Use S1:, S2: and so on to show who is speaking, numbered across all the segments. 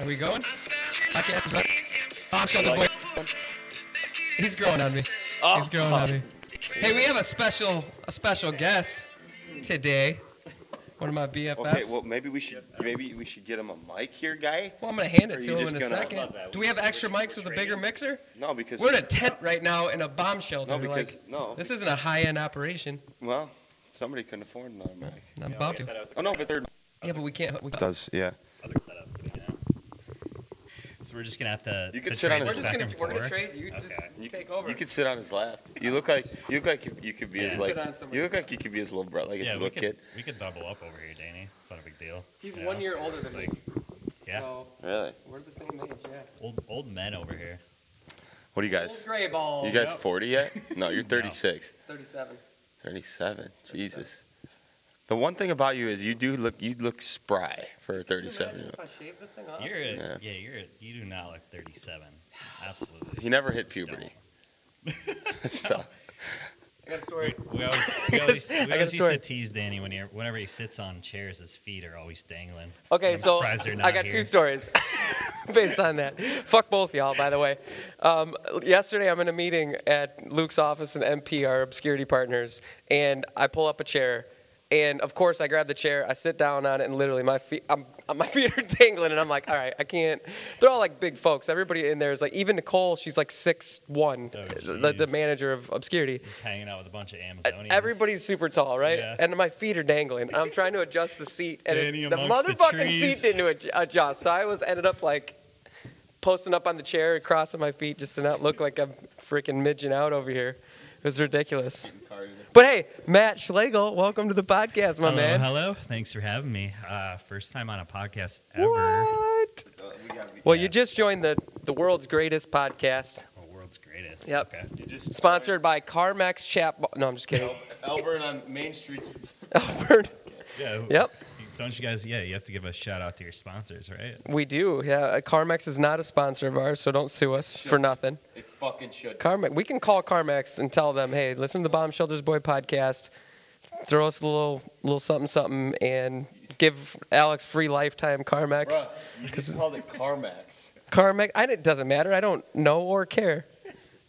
S1: Are we going? I can't. Oh, I'm showing the boy. He's growing on me.
S2: Oh,
S1: He's growing on me. Hey, we have a special a special guest today. One of my BFFs.
S2: okay. Well, maybe we should maybe we should get him a mic here, guy.
S1: Well, I'm gonna hand
S2: Are
S1: it
S2: you
S1: to him
S2: just
S1: in a
S2: gonna-
S1: second.
S3: Love that.
S1: Do we have extra mics with a bigger mixer?
S2: No, because
S1: We're in a tent right now in a bomb shelter.
S2: No, because-
S1: like,
S2: no.
S1: This isn't a high-end operation.
S2: well, somebody couldn't afford another mic.
S1: And I'm about to.
S2: Oh no, but they're
S1: Yeah, but we can't. We,
S2: does yeah.
S3: So we're just gonna have to.
S2: You could
S3: to
S2: sit on
S3: trade
S2: his
S4: We're
S2: Just
S4: just gonna
S3: back and
S4: we're gonna
S3: forth.
S4: trade. You just
S3: Okay.
S2: You,
S4: take over.
S2: You could sit on his lap. You look like you look like you, you could be his
S3: Yeah.
S2: like
S4: Sit on somebody.
S2: you look like you could be his little brother, like his
S3: Yeah, we
S2: little
S3: could,
S2: kid.
S3: we could double up over here, Danny. It's not a big deal.
S4: He's
S3: you
S4: one
S3: know?
S4: year older than me,
S3: Like, Yeah,
S4: so
S2: Really?
S4: we're the same age. Yeah.
S3: old old men over here.
S2: What do you
S4: Old
S2: guys?
S4: gray ball.
S2: You guys
S3: Yep.
S2: 40 yet? No, you're 36.
S4: 37.
S2: 37. Jesus. The one thing about you is you do look you look spry for a 37.
S4: Imagine if I shaved the thing off.
S3: You're a,
S2: Yeah.
S3: yeah. you're a, you do not look 37. Absolutely.
S2: He never hit puberty. so,
S4: I got a story.
S3: We always, we always, we
S2: I got a
S3: always used
S2: story.
S3: to tease Danny when he, whenever he sits on chairs, his feet are always dangling.
S4: Okay,
S3: I'm
S4: so
S3: surprised they're
S4: I
S3: not
S4: got
S3: here.
S4: two stories based on that. Fuck both y'all, by the way. Um, yesterday, I'm in a meeting at Luke's office and MP, our obscurity partners, and I pull up a chair. And of course, I grab the chair, I sit down on it, and literally my feet, I'm, my feet are dangling, and I'm like, all right, I can't. They're all like big folks. Everybody in there is like, even Nicole, she's like six one,
S3: Oh,
S4: the, the
S3: jeez.
S4: manager of obscurity.
S3: Just hanging out with a bunch of Amazonians.
S4: Everybody's super tall, right?
S3: Yeah.
S4: And my feet are dangling. I'm trying to adjust the seat, and it-
S3: Danny
S4: the
S3: amongst the
S4: motherfucking seat
S3: trees.
S4: didn't adj- adjust. So I was ended up like posting up on the chair and crossing my feet just to not look like I'm freaking midging out over here. It was ridiculous. But hey, Matt Schlegel, welcome to the podcast, my
S3: Hello,
S4: man.
S3: hello. Thanks for having me. Uh, first time on a podcast ever.
S4: What? Well, you just joined the the world's greatest podcast,
S3: Oh, world's greatest.
S4: Yep.
S3: Okay.
S2: just
S4: sponsored by Carmax Chap. No, I'm just kidding.
S2: Elburn on Main Street.
S4: Albert.
S3: Yeah.
S4: Yep.
S3: Don't you guys? Yeah, you have to give a shout out to your sponsors, right?
S4: We do. Yeah, CarMax is not a sponsor of ours, so don't sue us for nothing.
S2: It fucking should.
S4: CarMax, we can call CarMax and tell them, hey, listen to the Bomb Shelters Boy podcast. Throw us a little, little something, something, and give Alex free lifetime CarMax.
S2: you just called it CarMax.
S4: CarMax, I, it doesn't matter. I don't know or care.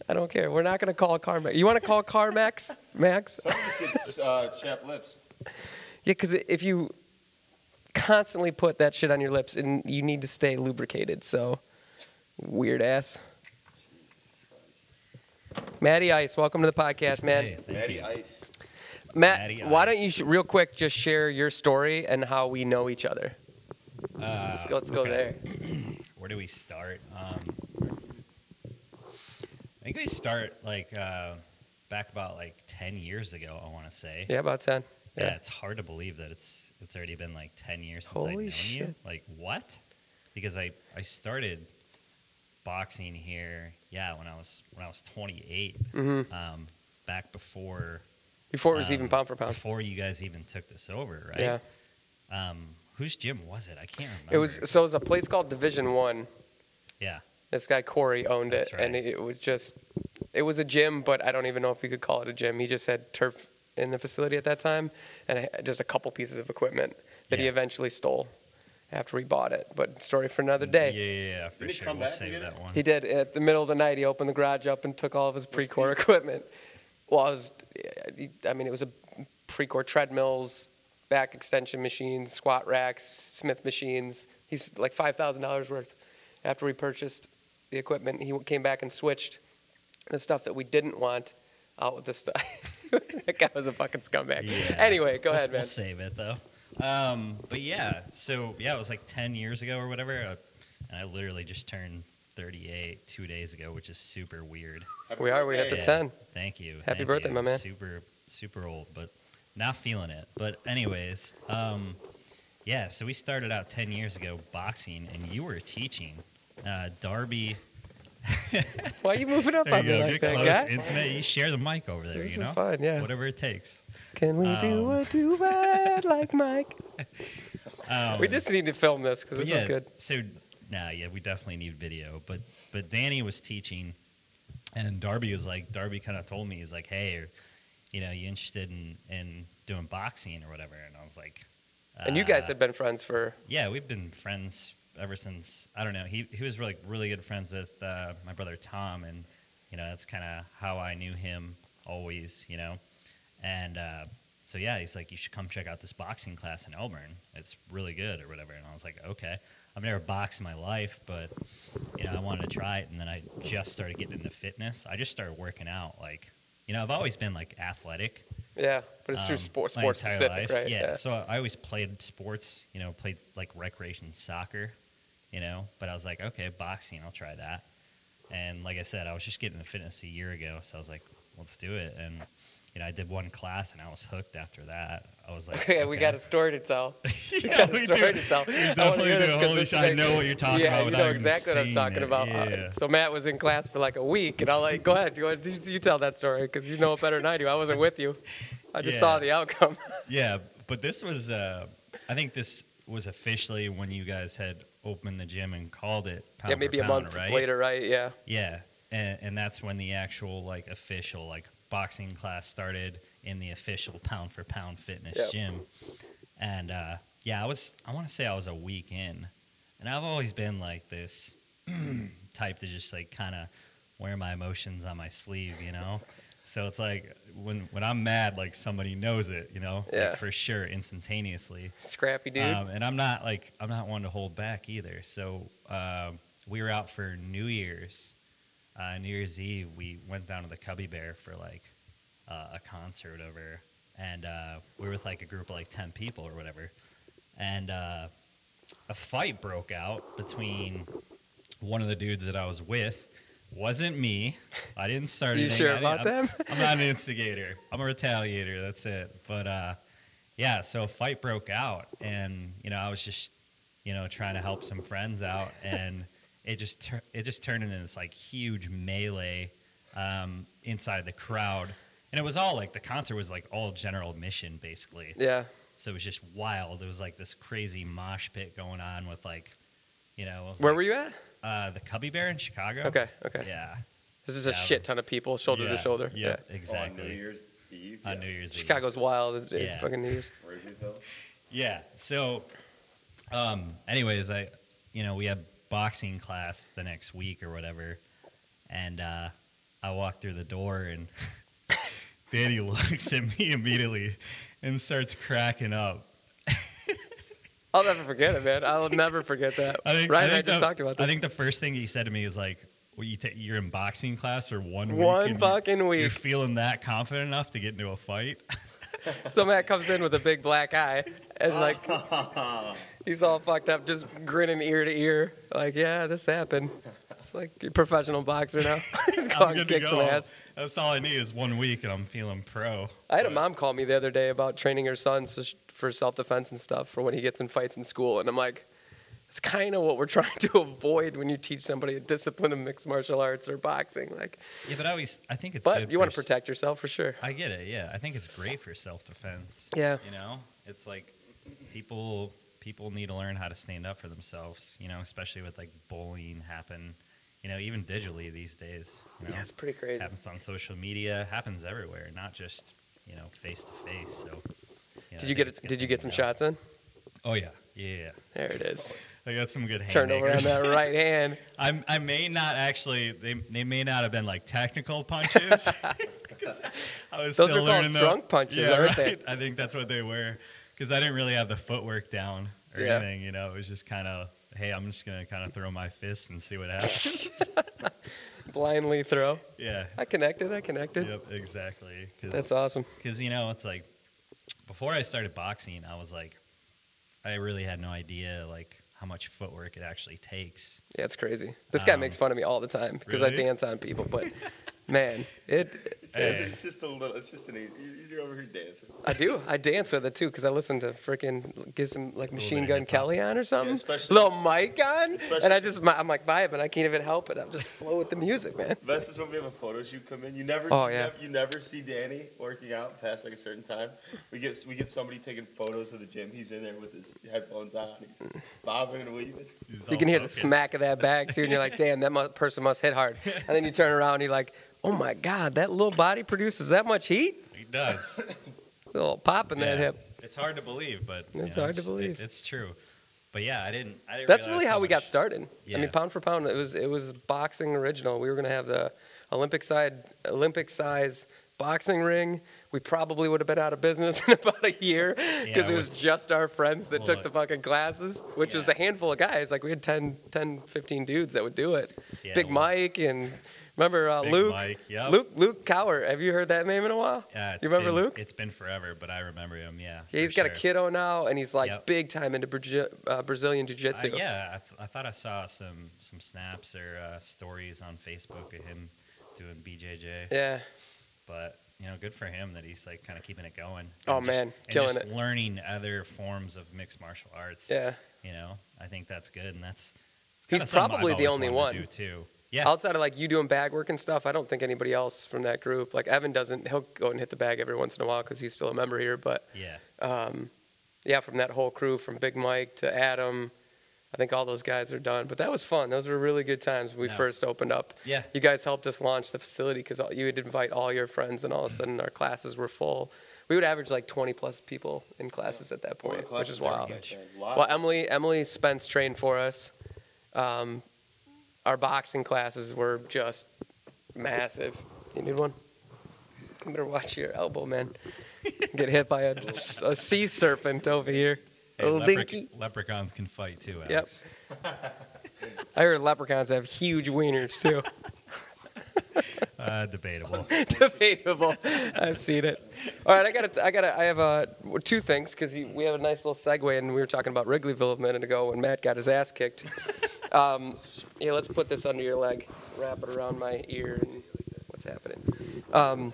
S4: I don't care. We're not going to call CarMax. You want to call CarMax, Max? Yeah,
S2: It's uh, chap lips.
S4: because if you constantly put that shit on your lips, and you need to stay lubricated. So, weird ass. Matty Ice, welcome to the podcast, man.
S3: Hey, thank
S2: Matty
S3: you.
S2: Ice.
S4: Matt,
S3: Matty
S4: why don't
S3: Ice.
S4: you, sh- real quick, just share your story and how we know each other? let's go, let's go
S3: Uh, okay.
S4: there.
S3: Where do we start? Um, I think we start like uh, back about like ten years ago. I want to say.
S4: Yeah, about 10.
S3: Yeah, it's hard to believe that it's it's already been like ten years since I've
S4: Holy
S3: known you.
S4: shit.
S3: Like what? Because I I started boxing here. Yeah, when I was when I was 28.
S4: Mm-hmm.
S3: Um, back before
S4: Before it was
S3: um,
S4: even pound for pound.
S3: Before you guys even took this over, right?
S4: Yeah.
S3: Um, whose gym was it? I can't remember.
S4: It was, so it was a place called Division One.
S3: Yeah.
S4: This guy, Corey, owned
S3: That's
S4: it. And
S3: right.
S4: it, was just, it was a gym, but I don't even know if we could call it a gym. He just had turf in the facility at that time and I- just a couple pieces of equipment that he
S3: Yeah.
S4: eventually stole after we bought it. But story for another
S3: Yeah,
S4: day.
S3: yeah, yeah. For
S2: he
S3: sure.
S2: come
S3: we'll
S2: back and get
S3: save that
S2: it?
S3: one.
S4: He did. At the middle of the night, he opened the garage up and took all of his pre-core equipment. Well, I was, I mean, it was a pre-core treadmills, back extension machines, squat racks, Smith machines. He's like five thousand dollars worth. After we purchased the equipment, he came back and switched the stuff that we didn't want out with the stuff. that guy was a fucking scumbag.
S3: Yeah.
S4: Anyway, go
S3: We'll-
S4: ahead, man.
S3: We'll save it though. Um, but yeah, so yeah, it was like ten years ago or whatever, uh, and I literally just turned thirty-eight two days ago, which is super weird.
S4: We are. We hit the
S3: Yeah,
S4: ten.
S3: Thank you.
S4: Happy
S3: thank
S4: birthday,
S3: you.
S4: my man.
S3: Super, super old, but not feeling it. But anyways, um, yeah. So we started out ten years ago boxing, and you were teaching uh, Darby.
S4: Why are you moving up
S3: There
S4: on
S3: you
S4: me
S3: go.
S4: like
S3: get
S4: that,
S3: close,
S4: guy?
S3: intimate. You share the mic over there.
S4: This
S3: you know,
S4: is fun, yeah.
S3: Whatever it takes.
S4: Can we do
S3: Um,
S4: a duet like Mike?
S3: Um,
S4: We just need to film this because
S3: But
S4: this
S3: yeah,
S4: is good.
S3: So nah, yeah, we definitely need video. But but Danny was teaching, and Darby was like, Darby kind of told me he's like, hey, are, you know, you interested in in doing boxing or whatever, and I was like,
S4: And you guys
S3: uh,
S4: have been friends for
S3: yeah, we've been friends ever since. I don't know. He he was really really good friends with uh, my brother Tom, and you know that's kind of how I knew him always. You know, and uh, so yeah, he's like, you should come check out this boxing class in Elburn. It's really good or whatever. And I was like, okay. I've never boxed in my life, but you know I wanted to try it. And then I just started getting into fitness. I just started working out. Like, you know, I've always been like athletic.
S4: yeah, but it's through
S3: um,
S4: sports
S3: my
S4: sports
S3: entire
S4: specific,
S3: life.
S4: right?
S3: Yeah. So I always played sports, you know, played like recreation soccer, you know, but I was like, okay, boxing, I'll try that. And like I said, I was just getting into fitness a year ago, so I was like, let's do it. And you know, I did one class and I was hooked after that. I was like,
S4: yeah, we
S3: okay.
S4: got a story to tell. We
S3: Yeah,
S4: got
S3: we
S4: a story
S3: do.
S4: to tell.
S3: We
S4: I wanna
S3: definitely
S4: hear
S3: do.
S4: this 'cause
S3: Holy
S4: this
S3: shit, I
S4: is
S3: know
S4: like-
S3: what you're talking
S4: yeah,
S3: about
S4: you
S3: without
S4: know
S3: even
S4: exactly what I'm
S3: seeing
S4: talking
S3: it.
S4: about. Uh,
S3: Yeah.
S4: so Matt was in class for like a week, and I'll like, go ahead, you, want- you, you tell that story because you know it better than I do. I wasn't with you. I just saw
S3: Yeah.
S4: the outcome.
S3: yeah, but this was, uh, I think this was officially when you guys had opened the gym and called it. Pound
S4: yeah,
S3: for
S4: maybe a
S3: Pound,
S4: month
S3: right?
S4: later, right? Yeah.
S3: Yeah, and, and that's when the actual like official like boxing class started in the official pound for pound fitness
S4: Yep.
S3: gym. And uh, yeah, I was I want to say I was a week in, and I've always been like this type to just like kind of wear my emotions on my sleeve, you know. So it's like when when I'm mad, like somebody knows it, you know,
S4: Yeah.
S3: like for sure, instantaneously.
S4: Scrappy dude.
S3: Um, and I'm not like I'm not one to hold back either. So um, we were out for New Year's, uh, New Year's Eve. We went down to the Cubby Bear for like uh, a concert over, and uh, we were with like a group of like ten people or whatever, and uh, a fight broke out between one of the dudes that I was with. Wasn't me. I didn't start
S4: You
S3: anything.
S4: sure
S3: I didn't-
S4: about
S3: I'm-
S4: that?
S3: I'm not an instigator. I'm a retaliator. That's it. But uh, yeah, so a fight broke out, and you know I was just you know trying to help some friends out, and it just tur- it just turned into this like huge melee um, inside the crowd, and it was all like the concert was like all general admission basically.
S4: yeah.
S3: So it was just wild. It was like this crazy mosh pit going on with like, you know, it was,
S4: Where
S3: like,
S4: were you at?
S3: uh, the Cubby Bear in Chicago.
S4: Okay, okay.
S3: Yeah.
S4: This is a
S3: Yeah,
S4: shit ton of people, shoulder
S3: Yeah,
S4: to shoulder.
S3: Yeah.
S4: Yeah.
S3: Exactly.
S2: Oh, On New Year's Eve.
S3: On
S2: yeah.
S3: New Year's Eve.
S4: Chicago's wild. Yeah.
S3: Yeah.
S4: Fucking news.
S2: Wrigleyville.
S3: Yeah. So, um, anyways, I, you know, we had boxing class the next week or whatever, and uh, I walked through the door and Danny looks at me immediately and starts cracking up.
S4: I'll never forget it, man. I'll never forget that.
S3: I think,
S4: Ryan and I
S3: think
S4: just
S3: the-
S4: talked about this.
S3: I think the first thing he said to me is like, well, you ta- you're in boxing class for one week.
S4: One
S3: and you-
S4: fucking
S3: You're
S4: week.
S3: feeling that confident enough to get into a fight?
S4: So Matt comes in with a big black eye and like he's all fucked up, just grinning ear to ear, like, yeah, this happened. It's like you're a professional boxer now. he's
S3: I'm
S4: going to
S3: good to
S4: kick some
S3: go.
S4: ass.
S3: That's all I need is one week, and I'm feeling pro.
S4: I had a mom call me the other day about training her son so sh- for self defense and stuff for when he gets in fights in school, and I'm like, it's kind of what we're trying to avoid when you teach somebody a discipline of mixed martial arts or boxing. Like,
S3: Yeah, but I always I think it's.
S4: but
S3: good
S4: you want to
S3: for s-
S4: protect yourself for sure.
S3: I get it. Yeah, I think it's great for self defense.
S4: Yeah.
S3: You know, it's like people people need to learn how to stand up for themselves. You know, especially with like bullying happen. You know, even digitally these days. You know,
S4: Yeah, it's pretty crazy.
S3: happens on social media. Happens everywhere, not just you know face to face. So. know, I
S4: Did you
S3: think
S4: get
S3: it's
S4: a,
S3: good
S4: did you
S3: to
S4: get
S3: know.
S4: some shots in?
S3: Oh yeah, yeah.
S4: There it is.
S3: I got some good hand
S4: Turnover on
S3: makers.
S4: that right hand.
S3: I'm, I may not actually. They, they may not have been like technical punches. 'Cause I
S4: Those
S3: was still
S4: are called
S3: learning the-
S4: drunk punches,
S3: yeah,
S4: aren't they?
S3: right. I think that's what they were, because I didn't really have the footwork down or
S4: Yeah.
S3: anything. You know, it was just kind of, hey, I'm just gonna kind of throw my fist and see what happens.
S4: Blindly throw.
S3: yeah.
S4: I connected. I connected.
S3: Yep. Exactly.
S4: That's awesome.
S3: because you know it's like before i started boxing i was like i really had no idea like how much footwork it actually takes
S4: Yeah, it's crazy. This guy
S3: Um,
S4: makes fun of me all the time because I
S3: really?
S4: dance on people, but man, it.
S3: Hey.
S2: It's just a little. It's just an easy. You're over here dancing.
S4: I do. I dance with it too because I listen to freaking get some like Machine
S3: bit of
S4: Gun
S3: hip-hop.
S4: Kelly on or something,
S2: especially-
S4: little mic on, and I
S2: especially-
S4: just my, I'm like vibing. I can't even help it. I'm just flow with the music, man.
S2: That's just when we have a photo shoot come in. You never,
S4: Oh,
S2: you,
S4: yeah.
S2: never you never see Danny working out past like a certain time. We get we get somebody taking photos of the gym. He's in there with his headphones on. He's bobbing and weaving.
S3: It's
S4: You
S3: all
S4: can hear
S3: focused.
S4: the smack of that bag too, and you're like, damn, that mu- person must hit hard. And then you turn around and you're like, oh my god, that little body produces that much heat.
S3: it does
S4: A little pop in that
S3: Yeah.
S4: hip.
S3: It's hard to believe, but you
S4: It's
S3: know,
S4: hard to
S3: it-
S4: believe.
S3: it's true. But yeah, I didn't. I didn't
S4: That's
S3: realize
S4: really
S3: so
S4: how we
S3: much-
S4: got started. I
S3: Yeah.
S4: mean, pound for pound, it was it was boxing original. We were gonna have the Olympic side Olympic size boxing ring. We probably would have been out of business in about a year because
S3: Yeah,
S4: it was
S3: with-
S4: just our friends that
S3: Well,
S4: took
S3: look.
S4: the fucking classes, which was
S3: Yeah.
S4: a handful of guys. Like we had 10, 10 15 dudes that would do it.
S3: Yeah,
S4: Big
S3: well-
S4: Mike and remember uh,
S3: Big
S4: Luke,
S3: Mike, yep.
S4: Luke Luke Cower. Have you heard that name in a while?
S3: Yeah, it's
S4: you remember
S3: been-
S4: Luke?
S3: It's been forever, but I remember him. Yeah.
S4: Yeah,
S3: he's
S4: he's got a kiddo now, and he's like
S3: Yep.
S4: big time into Brazi- uh, Brazilian
S3: I-
S4: jiu-jitsu.
S3: yeah, I, th- I thought I saw some some snaps or uh, stories on Facebook of him doing BJJ.
S4: Yeah.
S3: But you know, good for him that he's like kind of keeping it going. and
S4: Oh,
S3: just-
S4: man,
S3: and
S4: killing
S3: just
S4: it.
S3: Learning other forms of mixed martial arts.
S4: Yeah.
S3: You know, I think that's good, and that's. it's
S4: He's
S3: kinda something I've
S4: probably the
S3: always
S4: only
S3: wanted to
S4: one.
S3: do too. Yeah.
S4: Outside of like you doing bag work and stuff, I don't think anybody else from that group. Like Evan doesn't. He'll go and hit the bag every once in a while because he's still a member here. But
S3: yeah. Mm-hmm.
S4: yeah, from that whole crew, from Big Mike to Adam, I think all those guys are done. But that was fun. Those were really good times when we
S3: Yeah.
S4: first opened up.
S3: Yeah.
S4: You guys helped us launch the facility because you would invite all your friends, and all
S3: Mm-hmm.
S4: of a sudden our classes were full. We would average like 20 plus people in classes at that point, which
S2: classes
S4: is
S2: are
S4: wild.
S2: huge. A lot.
S4: Well, Emily Emily Spence trained for us. Um, our boxing classes were just massive. You need one? You better watch your elbow, man. Get hit by a, a sea serpent over here.
S3: Hey,
S4: Little
S3: leprec-
S4: dinky.
S3: leprechauns can fight too. Alex.
S4: I heard leprechauns have huge wieners too.
S3: Uh, debatable.
S4: Debatable. I've seen it. All right, I got to I got to I have uh, two things because we have a nice little segue, and we were talking about Wrigleyville a minute ago when Matt got his ass kicked. Um, yeah, let's put this under your leg, wrap it around my ear, and what's happening? Um,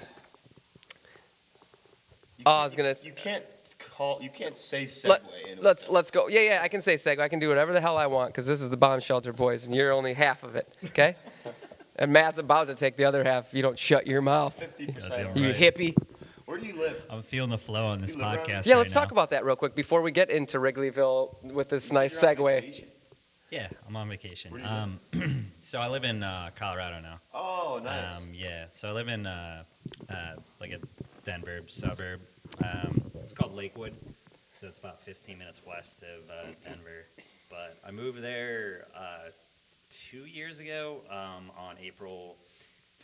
S2: You
S4: Oh,
S2: can't-
S4: I was gonna-
S2: You can't call. You can't say segue.
S4: let,
S2: in a
S4: us
S2: sentence.
S4: let's go. Yeah, yeah, I can say segue. I can do whatever the hell I want because this is the bomb shelter, boys, and you're only half of it. Okay. and Matt's about to take the other half if you don't shut your mouth.
S2: 50%
S3: Yeah,
S4: You
S3: Uh, Right.
S4: hippie.
S2: Where do you live?
S3: I'm feeling the flow on this
S2: You live around-
S3: podcast.
S4: Yeah,
S3: right
S4: let's talk
S3: now.
S4: about that real quick before we get into Wrigleyville with this nice
S2: You're on
S4: segue.
S2: vacation.
S3: Yeah, I'm on vacation.
S2: Where do you
S3: Um, so I live in uh, Colorado now.
S2: Oh, nice.
S3: Um, yeah, so I live in uh, uh, like a Denver suburb. Um, it's called Lakewood, so it's about 15 minutes west of uh, Denver. But I moved there uh, two years ago um, on April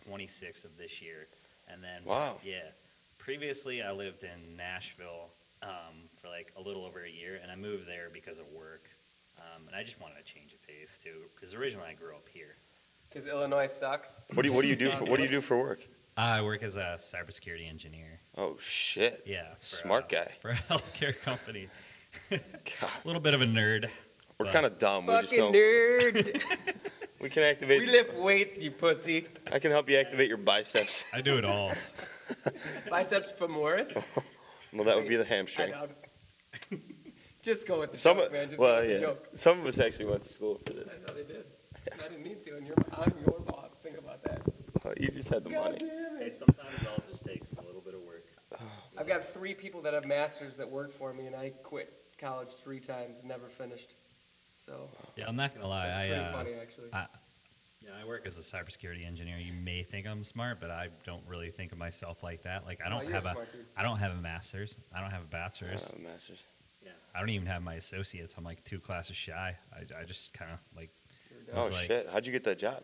S3: 26th of this year, and then
S2: Wow.
S3: yeah. Previously, I lived in Nashville um, for like a little over a year, and I moved there because of work. Um, and I just wanted a change of pace too, because originally I grew up here.
S4: Because Illinois sucks.
S5: What do you What do you do for What do you do for work?
S3: I work as a cybersecurity engineer.
S5: Oh shit.
S3: Yeah. for,
S5: Smart
S3: uh,
S5: guy.
S3: For a healthcare company.
S5: God,
S3: A little bit of a nerd.
S5: we're
S3: but-
S5: kind of dumb. We just
S4: Fucking
S5: don't.
S4: nerd.
S5: We can activate.
S4: we lift weights, you pussy.
S5: I can help you activate your biceps.
S3: I do it all.
S4: Biceps femoris.
S5: Well, that would be the
S4: I
S5: hamstring.
S4: know. Just go with the
S5: Some,
S4: joke, man. Just go
S5: well,
S4: with the
S5: yeah.
S4: joke.
S5: Some of us actually went to school for this.
S4: No, they did. I didn't need to, and you're, I'm your boss. Think about that.
S5: Oh, You just had the
S4: God
S5: money.
S4: damn it.
S3: sometimes all just takes a little bit of work.
S4: I've got three people that have masters that work for me, and I quit college three times and never finished. So
S3: Yeah, I'm not gonna lie.
S4: that's
S3: I,
S4: pretty
S3: uh,
S4: funny, actually.
S3: I, yeah, I work as a cybersecurity engineer. You may think I'm smart, but I don't really think of myself like that. Like I
S4: No,
S3: don't
S4: you're
S3: have a,
S4: smart, dude.
S3: I don't have a master's. I don't have a bachelor's.
S5: Oh, masters.
S3: I don't even have my associates. I'm like two classes shy. I, I just kind of like
S5: Oh
S3: was like-
S5: shit! How'd you get that job?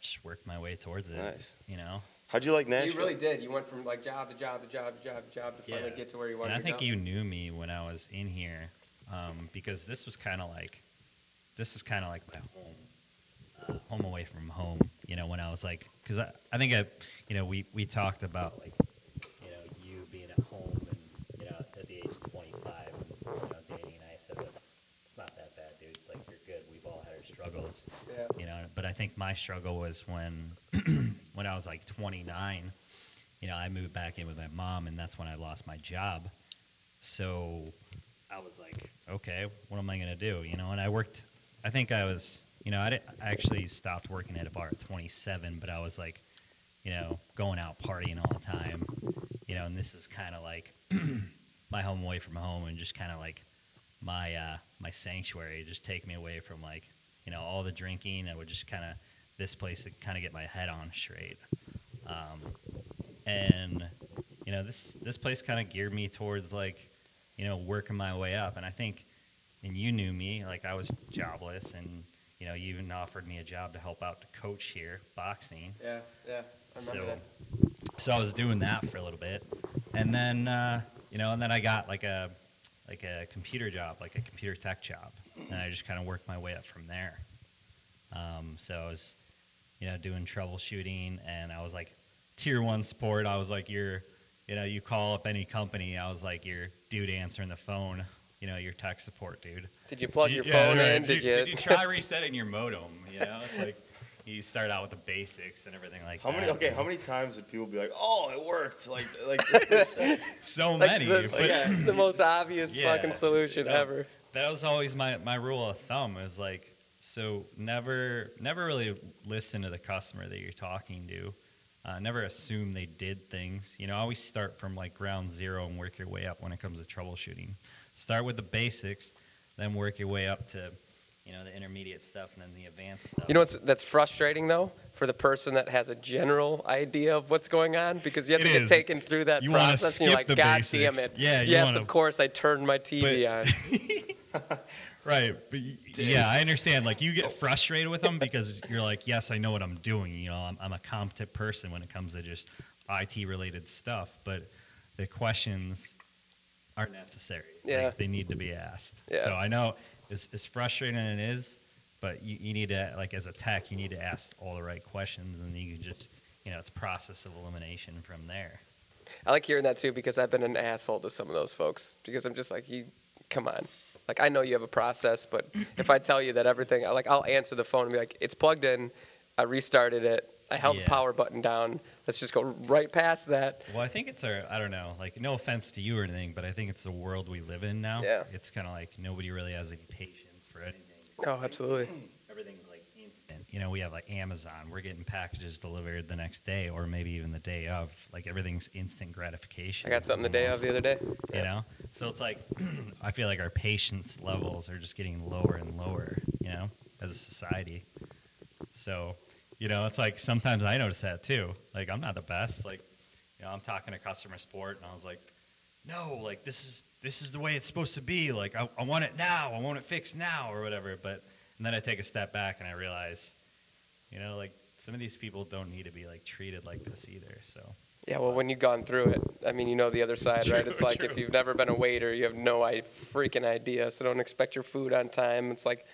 S3: just worked my way towards it.
S5: Nice.
S3: You know.
S5: How'd you like Nashville?
S4: You really did. You went from like job to job to job to job to job to finally
S3: Yeah.
S4: get to where you
S3: And
S4: wanted
S3: I think
S4: to go.
S3: you knew me when I was in here, um, because this was kind of like, this was kind of like my home, uh, home away from home. You know, when I was like, because I, I think I, you know, we we talked about like, you know, you being at home and you know at the age of 25, and, you know, Danny and I said that's it's not that bad, dude. Like you're good. We've all had our struggles
S4: Yeah.
S3: you know but i think my struggle was when when i was like 29 you know i moved back in with my mom and that's when i lost my job so i was like okay what am i going to do you know and i worked i think i was you know I, di- I actually stopped working at a bar at 27 but i was like you know going out partying all the time you know and this is kind of like my home away from home and just kind of like my uh, my sanctuary just take me away from like you know all the drinking I would just kind of this place to kind of get my head on straight um, and you know, this this place kind of geared me towards like, you know, working my way up. And I think, and you knew me, like I was jobless, and you know, you even offered me a job to help out to coach here boxing.
S4: Yeah, yeah. I remember
S3: So,
S4: that.
S3: so I was doing that for a little bit, and then uh, you know, and then I got like a like a computer job, like a computer tech job, and I just kind of worked my way up from there. Um, so I was, you know, doing troubleshooting, and I was like tier one support. I was like your, you know, you call up any company, I was like your dude answering the phone. You know, your tech support dude.
S4: Did you plug your
S3: yeah,
S4: phone
S3: right.
S4: in? Did,
S3: you,
S4: you?
S3: Did you try resetting your modem? You know, it's like you start out with the basics and everything like
S2: How
S3: that.
S2: many? Okay,
S3: you
S2: how
S3: know?
S2: many times would people be like, "Oh, it worked"? Like, like. this-
S3: So
S4: like
S3: many.
S4: this-
S3: but-
S4: the most obvious
S3: Yeah.
S4: fucking solution
S3: No,
S4: ever.
S3: That was always my, my rule of thumb is like so never never really listen to the customer that you're talking to. Uh, never assume they did things. You know, always start from like ground zero and work your way up when it comes to troubleshooting. Start with the basics, then work your way up to, you know, the intermediate stuff and then the advanced stuff.
S4: You know what's that's frustrating though for the person that has a general idea of what's going on because you have
S3: It
S4: to get
S3: is.
S4: taken through that
S3: You wanna
S4: process and you're
S3: skip
S4: like,
S3: the
S4: God
S3: basics.
S4: damn it!
S3: Yeah, you
S4: yes,
S3: wanna-
S4: of course I turned my TV on.
S3: Right, but y- yeah, I understand. Like you get frustrated with them because you're like, yes, I know what I'm doing. You know, I'm, I'm a competent person when it comes to just IT related stuff. But the questions aren't necessary. Like,
S4: Yeah.
S3: they need to be asked.
S4: Yeah.
S3: So I know it's as frustrating as it is, but you, you need to like as a tech, you need to ask all the right questions, and you can just you know it's process of elimination from there.
S4: I like hearing that too because I've been an asshole to some of those folks because I'm just like, you, come on. Like I know you have a process, but if I tell you that everything, I like I'll answer the phone and be like, it's plugged in, I restarted it, I held
S3: Yeah.
S4: the power button down. Let's just go right past that.
S3: Well, I think it's our, I don't know, like, no offense to you or anything, but I think it's the world we live in now.
S4: Yeah.
S3: It's kind of like nobody really has any patience for anything.
S4: Oh, absolutely.
S3: Everything's like instant. You know, we have like Amazon, we're getting packages delivered the next day or maybe even the day of. Like, everything's instant gratification.
S4: I got something the day of the other day.
S3: You know? So it's like, I feel like our patience levels are just getting lower and lower, you know, as a society. So, you know, it's like sometimes I notice that too. Like I'm not the best. Like, you know, I'm talking to customer support and I was like, no, like this is this is the way it's supposed to be. Like I, I want it now. I want it fixed now or whatever. But and then I take a step back and I realize, you know, like some of these people don't need to be like treated like this either. So
S4: Yeah, well, when you've gone through it, I mean, you know the other side, right?
S3: True,
S4: It's like if
S3: true.
S4: you've never been a waiter, you have no I- freaking idea. So don't expect your food on time. It's like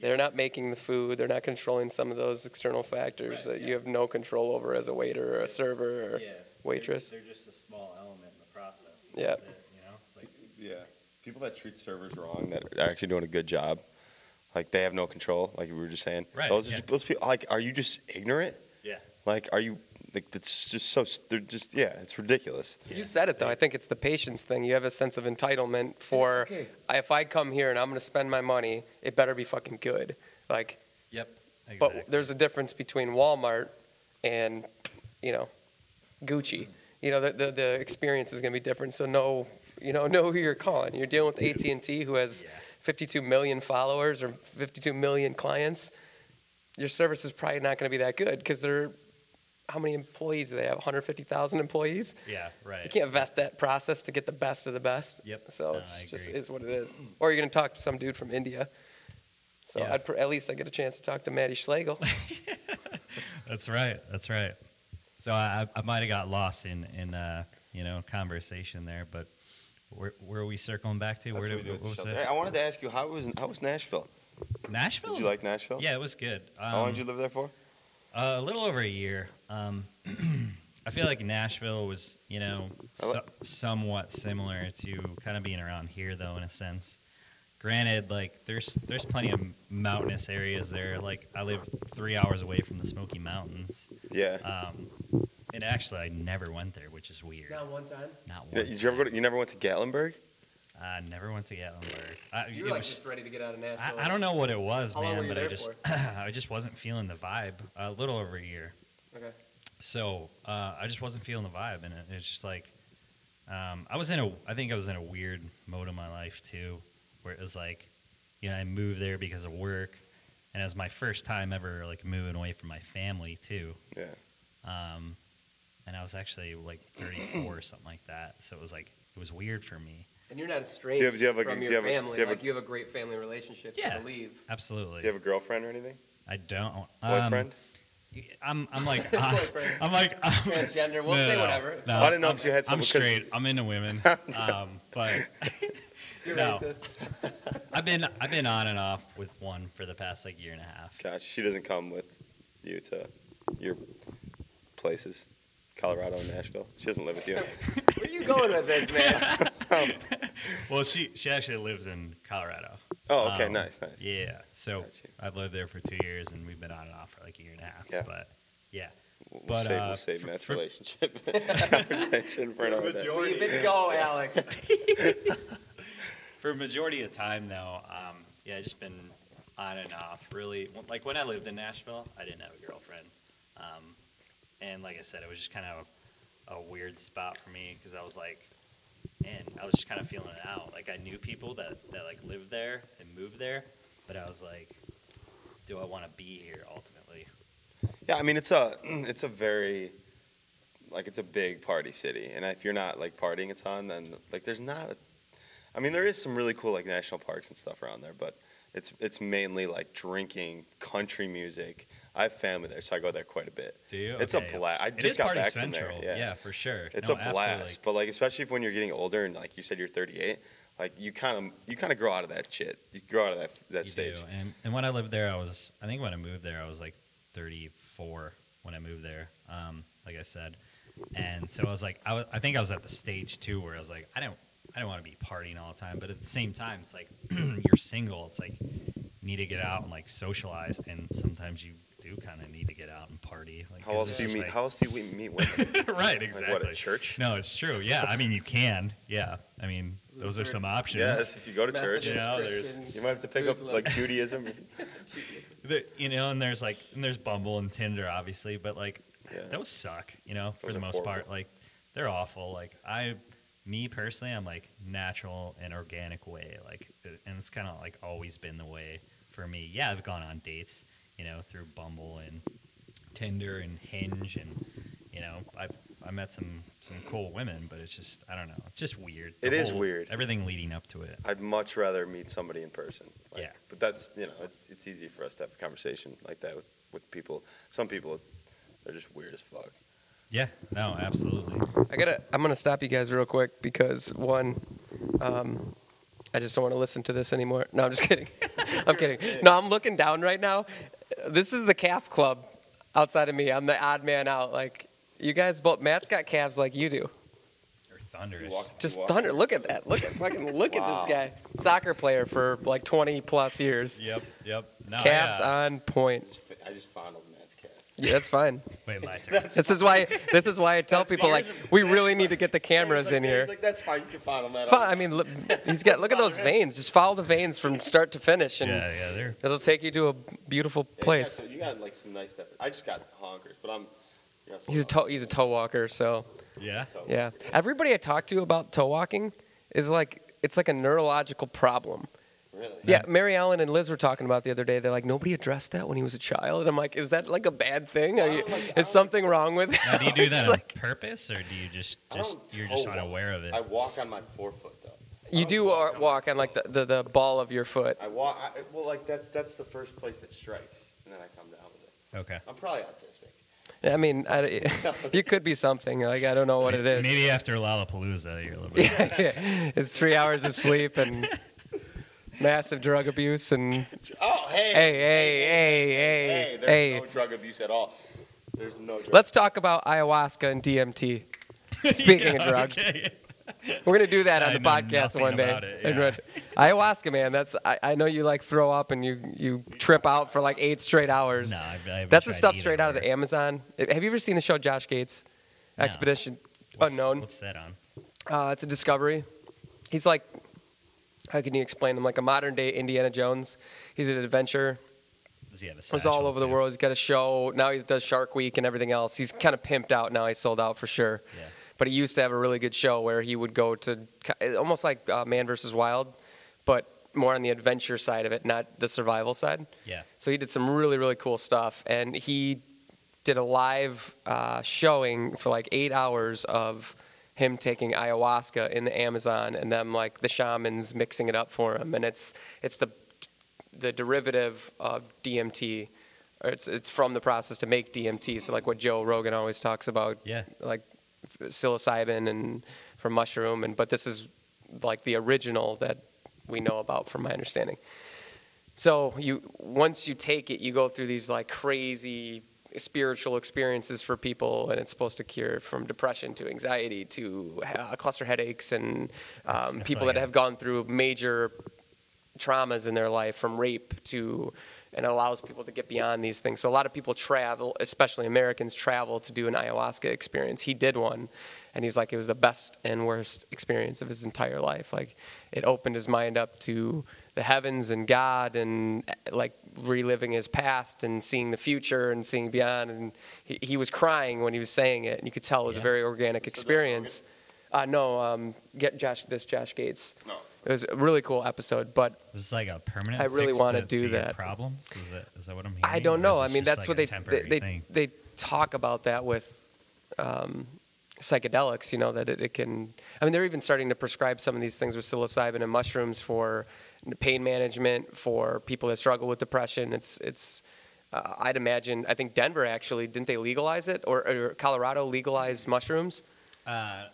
S4: they're not making the food, they're not controlling some of those external factors
S3: Right,
S4: that
S3: yeah.
S4: you have no control over as a waiter or a server or waitress.
S3: they're, just a small element in the process.
S4: Yeah. That's it,
S3: you know, it's like
S5: Yeah. People that treat servers wrong that are actually doing a good job, like they have no control, like we were just saying.
S3: Right,
S5: Those are
S3: yeah.
S5: just, those people. Like, are you just ignorant?
S3: yeah.
S5: Like, are you like? That's just so. s- They're just yeah. It's ridiculous.
S4: You said it though. I think it's the patience thing. You have a sense of entitlement for if I come here and I'm going to spend my money, it better be fucking good. Like,
S3: Yep.
S4: But there's a difference between Walmart and, you know, Gucci. You know, the, the, the experience is going to be different. So know, you know, know who you're calling. You're dealing with AT and T, who has
S3: Yeah.
S4: 52 million followers or 52 million clients. Your service is probably not going to be that good because they're how many employees do they have? 150,000 employees.
S3: Yeah, right.
S4: You can't vet that process to get the best of the best.
S3: Yep.
S4: So
S3: No,
S4: it's
S3: I
S4: just
S3: agree.
S4: is what it is. Or you're going to talk to some dude from India. So
S3: Yeah.
S4: I'd pr- at least I get a chance to talk to Maddie Schlegel.
S3: That's right. That's right. So I, I I might have got lost in in uh, you know conversation there, but where, where are we circling back to?
S5: That's
S3: where
S5: what we do at
S3: did
S5: the
S3: what was
S5: shelter.
S3: it?
S5: Hey, I wanted to ask you how was how was Nashville?
S3: Nashville.
S5: Did you
S3: was-
S5: like Nashville?
S3: Yeah, it was good. Um,
S5: How long did you live there for?
S3: Uh, a little over a year. Um, I feel like Nashville was, you know,
S5: I li-
S3: so- somewhat similar to kind of being around here, though, in a sense. Granted, like there's there's plenty of mountainous areas there. Like I live three hours away from the Smoky Mountains,
S5: Yeah.
S3: um, and actually I never went there, which is weird.
S4: one time.
S3: Not one.
S5: Yeah, did you ever go?
S3: time.
S5: To, you never went to Gatlinburg?
S3: I never went to Gatlinburg. I,
S4: You
S3: it
S4: were like
S3: was-
S4: just ready to get out of
S3: I,
S4: Nashville.
S3: I don't know what it was,
S4: How long were
S3: man,
S4: you
S3: but I
S4: there
S3: just
S4: for?
S3: I just wasn't feeling the vibe. A little over a year.
S4: Okay.
S3: so uh, I just wasn't feeling the vibe, and it, it's just like um, I was in a I think I was in a weird mode of my life too, where it was like, you know, I moved there because of work, and it was my first time ever like moving away from my family too.
S5: Yeah.
S3: Um, and I was actually like 34 or something like that. So it was like it was weird for me.
S4: And you're not estranged
S5: you have- do you have, like,
S4: from
S5: a-
S4: your
S5: do you have a-
S4: family.
S5: do you have a-
S4: like you have a great family relationship. so
S3: Yeah.
S4: to leave.
S3: Absolutely.
S5: Do you have a girlfriend or anything?
S3: I don't. um,
S5: Boyfriend?
S3: I'm I'm like I,
S4: Boyfriend.
S3: I'm like I'm,
S4: Transgender, we'll say whatever, it's
S5: I didn't know
S3: I'm-
S5: if you had someone
S3: I'm
S5: 'cause-
S3: straight. I'm into women. Um, but
S4: You're
S3: No.
S4: racist.
S3: I've been I've been on and off with one for the past like year and a half.
S5: Gosh, she doesn't come with you to your places, Colorado and Nashville. She doesn't live with you.
S4: Where are you going with this, man?
S3: Well, she she actually lives in Colorado.
S5: Oh, okay, nice, nice.
S3: Um, Yeah, so
S5: Got you.
S3: I've lived there for two years, and we've been on and off for like a year and a half.
S5: Yeah.
S3: But yeah,
S5: We'll
S3: But,
S5: save,
S3: uh,
S5: we'll save
S3: for-
S5: Matt's
S3: for-
S5: relationship conversation for another day.
S4: Leave it go, Alex.
S3: for a majority of the time though, um, yeah, just been on and off. Really, like when I lived in Nashville, I didn't have a girlfriend, um, and like I said, it was just kind of a, a weird spot for me because I was like, and I was just kind of feeling it out. Like I knew people that that like lived there and moved there, but I was like, do I want to be here ultimately?
S5: Yeah, I mean it's a it's a very like it's a big party city, and if you're not like partying a ton, then like there's not. A, I mean, there is some really cool like national parks and stuff around there, but it's it's mainly like drinking, country music. I have family there, so I go there quite a bit.
S3: Do you?
S5: It's
S3: Okay.
S5: a blast. I
S3: It
S5: just
S3: is
S5: got
S3: party
S5: back
S3: central.
S5: from there.
S3: yeah, for sure.
S5: It's
S3: No,
S5: a
S3: absolutely.
S5: blast, but like especially if when you're getting older and like you said you're 38, like you kind of you kind of grow out of that shit. You grow out of that that
S3: You
S5: stage.
S3: do. And, and when I lived there, I was, I think when I moved there, I was like 34 when I moved there, um, like I said. And so I was like, I, was, I think I was at the stage too where I was like, I don't, I don't want to be partying all the time. But at the same time, it's like, you're single. It's like, you need to get out and like socialize. And sometimes you do kind of need to get out and party. Like,
S5: How
S3: 'cause
S5: else
S3: it's
S5: do you
S3: just
S5: meet?
S3: like-
S5: how else do you meet women?
S3: right,
S5: what,
S3: exactly.
S5: at church?
S3: No, it's true. Yeah. I mean, you can. Yeah. I mean, those are some options.
S5: yes, if you go to church.
S4: Methodist,
S3: Yeah, there's-
S4: Christian,
S5: You might have to pick up
S4: Muslim.
S5: like Judaism.
S3: the, you know, and there's like, and there's Bumble and Tinder, obviously, but like,
S5: Yeah.
S3: those suck, you know, for
S5: Those
S3: the
S5: are
S3: most part.
S5: horrible.
S3: Like, they're awful. Like, I, me personally, I'm like natural and organic way. Like, uh, and it's kind of like always been the way for me. Yeah, I've gone on dates, you know, through Bumble and Tinder and Hinge, and you know, I've I met some some cool women, but it's just I don't know, it's just weird.
S5: It
S3: It is
S5: is weird.
S3: Everything leading up to it.
S5: I'd much rather meet somebody in person. Like,
S3: Yeah.
S5: But that's you know it's it's easy for us to have a conversation like that with, with people. Some people they're just weird as fuck.
S3: Yeah. No. Absolutely.
S4: I gotta. I'm gonna stop you guys real quick because one, um, I just don't want to listen to this anymore. No, I'm just kidding. I'm kidding. No, I'm looking down right now. This is the calf club outside of me. I'm the odd man out. Like you guys, both. Matt's got calves like you do.
S3: Or thunderous.
S5: Walk-
S4: Just
S5: walk-
S4: thunder. Look at that. Look at fucking look at
S5: Wow.
S4: this guy. Soccer player for like 20 plus years.
S3: Yep, yep. No,
S4: Calves
S3: Oh, yeah.
S4: on point.
S5: I just fondled Matt's cat.
S4: Yeah, that's fine.
S3: Wait, my turn.
S4: This is why. This is why I tell people like we really need to get the cameras
S2: He's like-
S4: in
S2: he's
S4: here.
S2: like, that's fine. You can fondle that.
S4: Fo- I mean, look, he's got. Look at those veins. Just follow the veins from start to finish, and
S3: yeah, yeah, they're
S4: it'll take you to a beautiful place.
S5: You got, like some nice stuff. I just got honkers, but I'm.
S4: He's a toe, he's a toe walker, so
S3: yeah.
S4: yeah. Everybody I talk to about toe walking is like it's like a neurological problem.
S5: Really?
S4: Yeah, Mary Ellen and Liz were talking about it the other day. They're like, nobody addressed that when he was a child, and I'm like, is that like a bad thing? Are you, is something wrong with it?
S3: Now, do you do that
S4: It's
S3: on
S4: like-
S3: purpose, or do you just
S5: I
S3: just
S5: don't
S3: you're just
S5: toe
S3: unaware
S5: walk.
S3: of it?
S5: I walk on my forefoot though. I
S4: you
S5: don't
S4: do wa-
S5: my
S4: walk on like the, the, the ball of your foot.
S5: I walk. I, well, like that's that's the first place that strikes, and then I come down with it.
S3: okay.
S5: I'm probably autistic.
S4: I mean, I, you could be something. Like I don't know what it is.
S3: Maybe after Lollapalooza, you're a little bit.
S4: it's three hours of sleep and massive drug abuse and
S5: Oh,
S4: hey
S5: hey.
S4: hey hey
S5: Hey, there's
S4: hey
S5: no
S4: hey.
S5: drug abuse at all. There's no drug.
S4: Let's talk about ayahuasca and DMT. Speaking of drugs.
S3: okay.
S4: We're gonna do that on
S3: I
S4: the
S3: know
S4: podcast
S3: nothing
S4: one day.
S3: about it,
S4: And
S3: yeah.
S4: red- Ayahuasca, man. That's I, I know you like throw up and you you trip out for like eight straight hours.
S3: No, I've- I haven't
S4: that's the
S3: tried
S4: stuff
S3: either
S4: straight out of
S3: or.
S4: the Amazon. Have you ever seen the show Josh Gates? Expedition
S3: What's-
S4: Unknown.
S3: What's that on?
S4: Uh, it's a discovery. He's like, how can you explain him? Like a modern day Indiana Jones. He's an adventurer.
S3: Does he have a?
S4: He's
S3: satchel,
S4: all over the
S3: too?
S4: world. He's got a show. Now he does Shark Week and everything else. He's kind of pimped out now. He's sold out for sure.
S3: Yeah.
S4: But he used to have a really good show where he would go to ki- almost like uh, Man vs. Wild, but more on the adventure side of it, not the survival side.
S3: Yeah.
S4: So he did some really, really cool stuff. And he did a live uh, showing for like eight hours of him taking ayahuasca in the Amazon and them like the shamans mixing it up for him, and it's it's the the derivative of DMT. Or it's it's from the process to make DMT. So like what Joe Rogan always talks about.
S3: Yeah.
S4: Like psilocybin and from mushroom, and but this is like the original that we know about, from my understanding. So you once you take it, you go through these like crazy spiritual experiences for people, and it's supposed to cure from depression to anxiety to uh, cluster headaches and um, people
S3: like
S4: that
S3: a-
S4: have gone through major traumas in their life from rape to and it allows people to get beyond these things. So a lot of people travel, especially Americans travel to do an ayahuasca experience. He did one and he's like it was the best and worst experience of his entire life. Like it opened his mind up to the heavens and God and eh, like reliving his past and seeing the future and seeing beyond and he, he was crying when he was saying it and you could tell it was a very organic experience. Uh, no, um, get Josh this Josh Gates. No. It was a really cool episode, but
S3: Is this like a permanent?
S4: I really
S3: fix
S4: wanna
S3: to,
S4: do
S3: to your
S4: that.
S3: Problems? Is that, is that what I'm hearing?
S4: I don't
S3: or
S4: know. I
S3: is this
S4: mean,
S3: just
S4: that's
S3: like a
S4: what they
S3: temporary
S4: they, they
S3: thing?
S4: they talk about that with um, psychedelics. You know that it, it can. I mean, they're even starting to prescribe some of these things with psilocybin and mushrooms for pain management for people that struggle with depression. It's it's. Uh, I'd imagine. I think Denver actually didn't they legalize it or, or Colorado legalized mushrooms?
S3: Uh,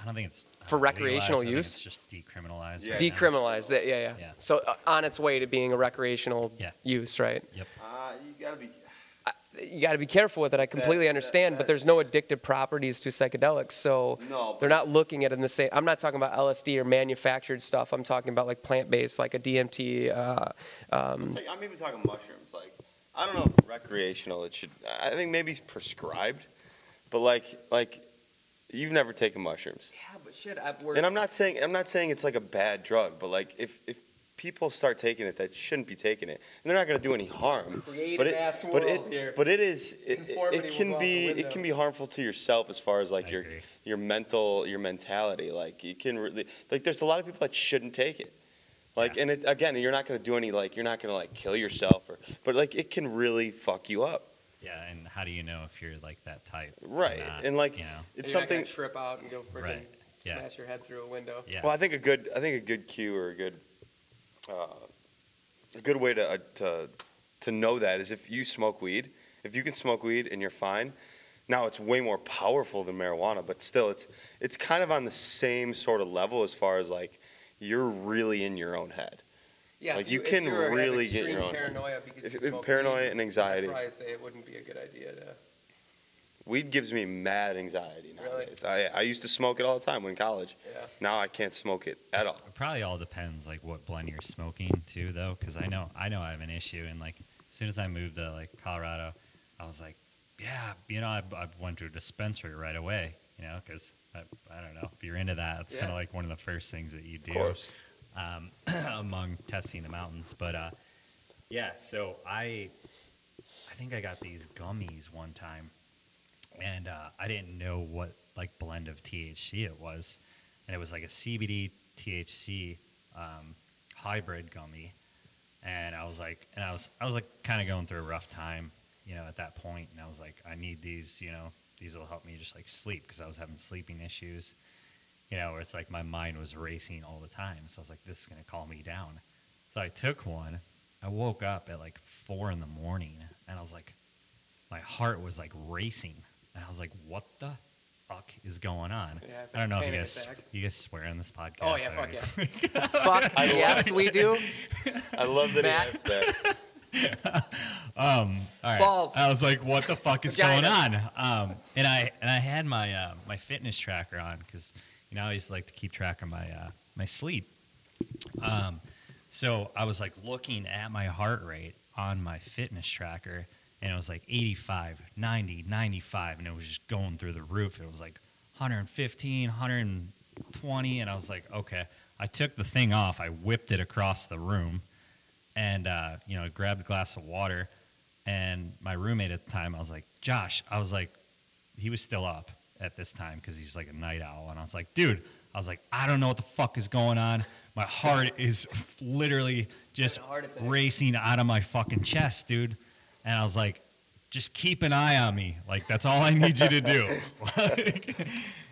S3: I don't think it's I
S4: For
S3: don't think it's
S4: recreational
S3: legalized, I think
S4: use?
S3: It's just decriminalized.
S5: Yeah.
S3: right now.
S4: Decriminalized that, yeah, yeah.
S3: Yeah.
S4: So uh, on its way to being a recreational
S3: Yeah.
S4: use, right?
S3: Yep.
S2: Uh,
S5: Ah,
S2: you gotta be.
S4: you got to be careful with it. I completely
S2: that-
S4: understand, but
S2: that-
S4: there's no addictive properties to psychedelics, so
S2: No,
S4: they're
S2: but-
S4: not looking at it in the same. I'm not talking about LSD or manufactured stuff. I'm talking about like plant-based, like a DMT. Uh, um,
S2: Like,
S5: I'm even talking mushrooms. Like, I don't know if recreational. It should. I think maybe it's prescribed, but like, like, you've never taken mushrooms,
S4: yeah, but shit, I've worked.
S5: and I'm not saying I'm not saying it's like a bad drug, but like, if if people start taking it that shouldn't be taking it, and they're not going to do any harm.
S4: Creative
S5: but it,
S4: ass
S5: but it,
S4: world here.
S5: but it is. It, it-
S4: Conformity
S5: it
S4: will go
S5: can
S4: out
S5: be.
S4: the
S5: It
S4: window.
S5: can be harmful to yourself as far as like
S3: I
S5: your
S3: agree.
S5: your mental your mentality. Like you can really like. There's a lot of people that shouldn't take it. Like, and it, again, you're not gonna do any like you're not gonna like kill yourself or, but like it can really fuck you up,
S3: Yeah, and how do you know if you're like that type? or
S5: right?
S3: not,
S5: and like
S3: you know,
S5: it's something.
S4: trip out and go freaking
S3: Right, yeah.
S4: smash your head through a window.
S3: yeah.
S5: Well, I think a good I think a good cue or a good uh, a good way to, uh, to to know that is if you smoke weed. If you can smoke weed and you're fine, now it's way more powerful than marijuana, but still it's it's kind of on the same sort of level as far as like you're really in your own head.
S4: Yeah,
S5: Like, you can
S4: were at
S5: really get
S4: extreme
S5: your own-
S4: paranoia because
S5: if-
S4: you
S5: if
S4: smoke
S5: paranoia
S4: weed,
S5: and anxiety.
S4: I'd probably say it wouldn't be a good idea to.
S5: Weed gives me mad anxiety
S4: Really?
S5: nowadays. I, I used to smoke it all the time when in college.
S4: Yeah.
S5: Now I can't smoke it at all.
S3: It probably all depends like what blend you're smoking too though because i know i know i have an issue and like as soon as i moved to like colorado i was like yeah you know i, I went to a dispensary right away you know because I, I don't know if you're into that it's kind
S4: Yeah.
S3: of like one of the first things that you do
S5: course.
S3: um, among testing the mountains but uh yeah so i i think i got these gummies one time and uh, I didn't know what like blend of THC it was, and it was like a CBD THC um, hybrid gummy, and I was like, and I was I was like kind of going through a rough time, you know, at that point, and I was like, I need these, you know, these will help me just like sleep because I was having sleeping issues, you know, where it's like my mind was racing all the time, so I was like, this is gonna calm me down, so I took one. I woke up at like four in the morning, and I was like, my heart was like racing, and I was like, "What the fuck is going on?"
S4: Yeah, it's
S3: I don't know
S4: like
S3: if you
S4: panic
S3: guys
S4: attack.
S3: you guys swear on this podcast.
S4: Oh yeah, fuck
S3: already.
S4: yeah. fuck yes, we do.
S5: I love that
S4: Matt?
S5: he asked that.
S3: All right.
S4: Balls.
S3: I was like, "What the fuck is going
S4: Vagina.
S3: on?" Um, and I and I had my uh, my fitness tracker on because you know I always like to keep track of my uh, my sleep. Um, so I was like looking at my heart rate on my fitness tracker, and it was like 85, 90, 95, and it was just going through the roof. It was like 115, 120, and I was like, okay. I took the thing off, I whipped it across the room, and uh, you know, grabbed a glass of water. And my roommate at the time, I was like, Josh, I was like, he was still up at this time because he's like a night owl. And I was like, dude, I was like, I don't know what the fuck is going on. My heart is literally just
S4: Having a heart attack.
S3: racing out of my fucking chest, dude. And I was like, just keep an eye on me. Like that's all I need you to do. like,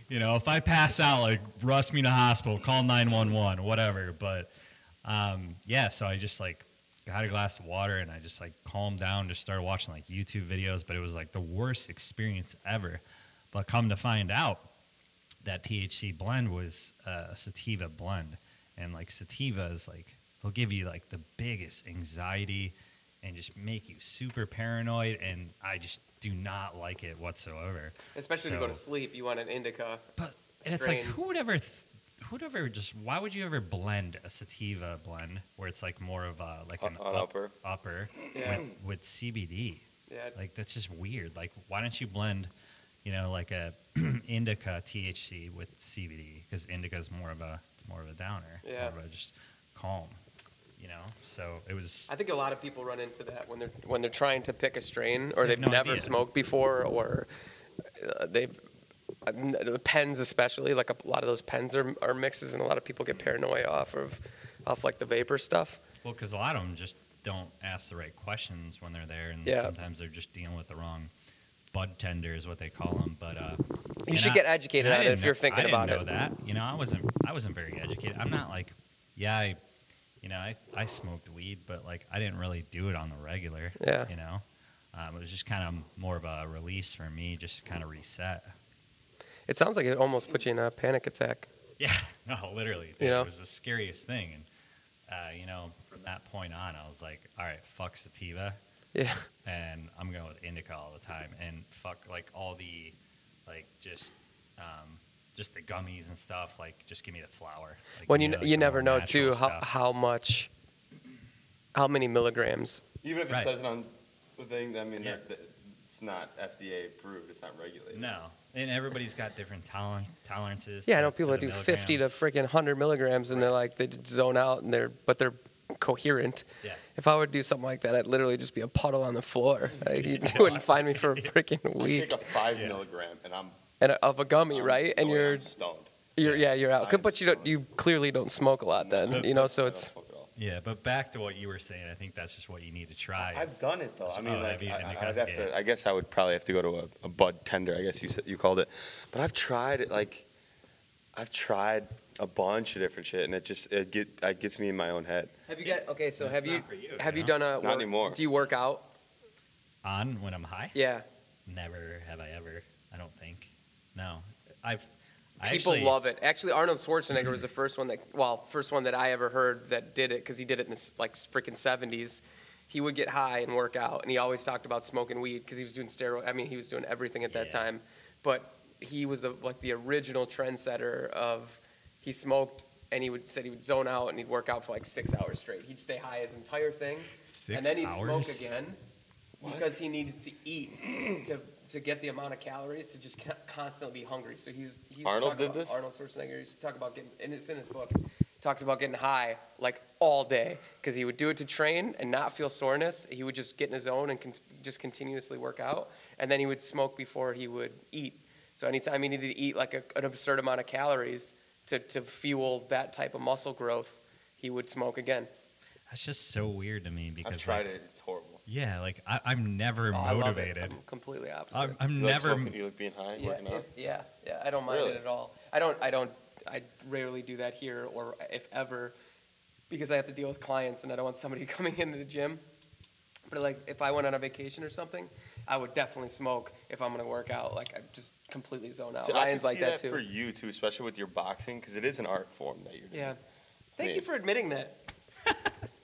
S3: you know, if I pass out, like rush me to hospital, call nine one one, whatever. But um, yeah, so I just like got a glass of water and I just like calmed down, just started watching like YouTube videos. But it was like the worst experience ever. But come to find out, that THC blend was uh, a sativa blend, and like sativa is like they'll give you like the biggest anxiety and just make you super paranoid, and I just do not like it whatsoever.
S4: Especially to go to
S3: So-
S4: sleep, you want an indica.
S3: But and it's
S4: strain.
S3: like who would ever, th- who would ever just why would you ever blend a sativa blend where it's like more of a like
S5: A-
S3: an
S5: an
S3: up-
S5: upper.
S3: upper
S4: Yeah.
S3: with, with CBD?
S4: Yeah.
S3: Like that's just weird. Like why don't you blend, you know, like a indica THC with CBD because indica is more of a it's more of a downer,
S4: Yeah.
S3: more of a just calm, you know. So it was
S4: I think a lot of people run into that when they're when they're trying to pick a strain, or
S3: They
S4: they've
S3: have no
S4: never
S3: idea.
S4: smoked before, or uh, they've I mean, the pens especially. Like a lot of those pens are, are mixes, and a lot of people get paranoia off of off like the vapor stuff.
S3: well because a lot of them just don't ask the right questions when they're there, and
S4: Yeah.
S3: sometimes they're just dealing with the wrong bud tender is what they call them. But uh, and
S4: should
S3: I-
S4: get educated
S3: and I
S4: on it
S3: didn't
S4: if you're
S3: know-
S4: thinking
S3: I didn't
S4: about
S3: know
S4: it.
S3: That you know, I wasn't I wasn't very educated. I'm not like yeah, I, you know, I I smoked weed, but like I didn't really do it on the regular.
S4: Yeah.
S3: you know. Um, it was just kind of more of a release for me, just to kind of reset.
S4: It sounds like it almost put you in a panic attack.
S3: Yeah, no, literally.
S4: You
S3: dude,
S4: know?
S3: It was the scariest thing. And, uh, you know, from that point on, I was like, all right, fuck sativa.
S4: Yeah.
S3: And I'm going with indica all the time. And fuck, like, all the, like, just, um, just the gummies and stuff. Like, just give me the flower. Like,
S4: When you you,
S3: like, the
S4: never
S3: more
S4: know
S3: natural
S4: too how,
S3: stuff.
S4: how much how many milligrams.
S5: Even if it
S3: Right.
S5: says it on the thing, I mean,
S3: Yeah.
S5: that, that- it's not FDA approved. It's not regulated.
S3: No. And everybody's got different toler- tolerances.
S4: Yeah, I
S3: to-
S4: know
S3: to
S4: people that
S3: the
S4: do 50 to
S3: milligrams.
S4: freaking 100 milligrams and they're like, they just zone out and they're, but they're coherent.
S3: Yeah.
S4: If I were to do something like that, I'd literally just be a puddle on the floor. Like, you wouldn't find me for a freaking
S5: I
S4: week.
S5: take a five
S3: Yeah.
S5: milligram and I'm
S4: And of a gummy,
S5: I'm-
S4: right? And
S5: oh, yeah,
S4: you're,
S5: I'm stoned.
S4: you're, yeah, you're out.
S5: I am
S4: But you don't,
S5: stoned.
S4: you clearly don't smoke a lot then, you know. Oh, So
S5: I don't
S4: it's,
S5: smoke at all.
S3: Yeah, but back to what you were saying, I think that's just what you need to try.
S5: I've done it though. I mean,
S3: Oh,
S5: like,
S3: have you?
S5: I,
S3: And you
S5: I, would
S3: got-
S5: have to,
S3: yeah.
S5: I guess I would probably have to go to a, a bud tender. I guess you said you called it, but I've tried it. Like, I've tried a bunch of different shit, and it just it get it gets me in my own head.
S4: have you got okay? So
S3: It's
S4: have
S3: have you-
S4: you,
S3: not for you,
S4: have
S3: you
S4: you
S3: know?
S4: done a
S5: Not anymore.
S4: Do you work out?
S3: On when I'm high?
S4: Yeah,
S3: Never have I ever. I don't think. No, I've. I
S4: people
S3: actually-
S4: love it. Actually, Arnold Schwarzenegger was the first one that, well, first one that I ever heard that did it because he did it in the s- like freaking seventies. He would get high and work out, and he always talked about smoking weed because he was doing steroid. I mean, he was doing everything at that
S3: Yeah.
S4: time, but he was the like the original trendsetter of he smoked. And he would said he would zone out and he'd work out for like six hours straight. He'd stay high his entire thing,
S3: Six
S4: and then he'd smoke
S3: hours?
S4: again because he needed to eat to, to get the amount of calories to just co- constantly be hungry. So he's, he's
S5: Arnold did this?
S4: Arnold Schwarzenegger used to talk about getting, and it's in his book, talks about getting high like all day because he would do it to train and not feel soreness. He would just get in his own and con- just continuously work out, and then he would smoke before he would eat. So anytime he needed to eat like a, an absurd amount of calories to, to fuel that type of muscle growth, he would smoke again.
S3: That's just so weird to me because.
S5: I've tried
S3: like,
S5: it. Oh, It's horrible.
S3: Yeah, like Oh, I, I'm never
S4: I love it.
S3: motivated.
S4: I'm completely opposite.
S3: I'm, I'm
S5: You
S3: never.
S5: Like smoking, you like being high, and
S4: Yeah,
S5: working out.
S4: if- yeah, yeah. I don't mind
S5: Really?
S4: it at all. I don't. I don't. I rarely do that here, or if ever, because I have to deal with clients, and I don't want somebody coming into the gym. But like, if I went on a vacation or something, I would definitely smoke if I'm gonna work out. Like, I just completely zone out.
S5: See, I can
S4: Ryan's
S5: see
S4: like that, too.
S5: for you too, especially with your boxing, because it is an art form that you're doing.
S4: Yeah. Thank you
S5: mean-
S4: for admitting that.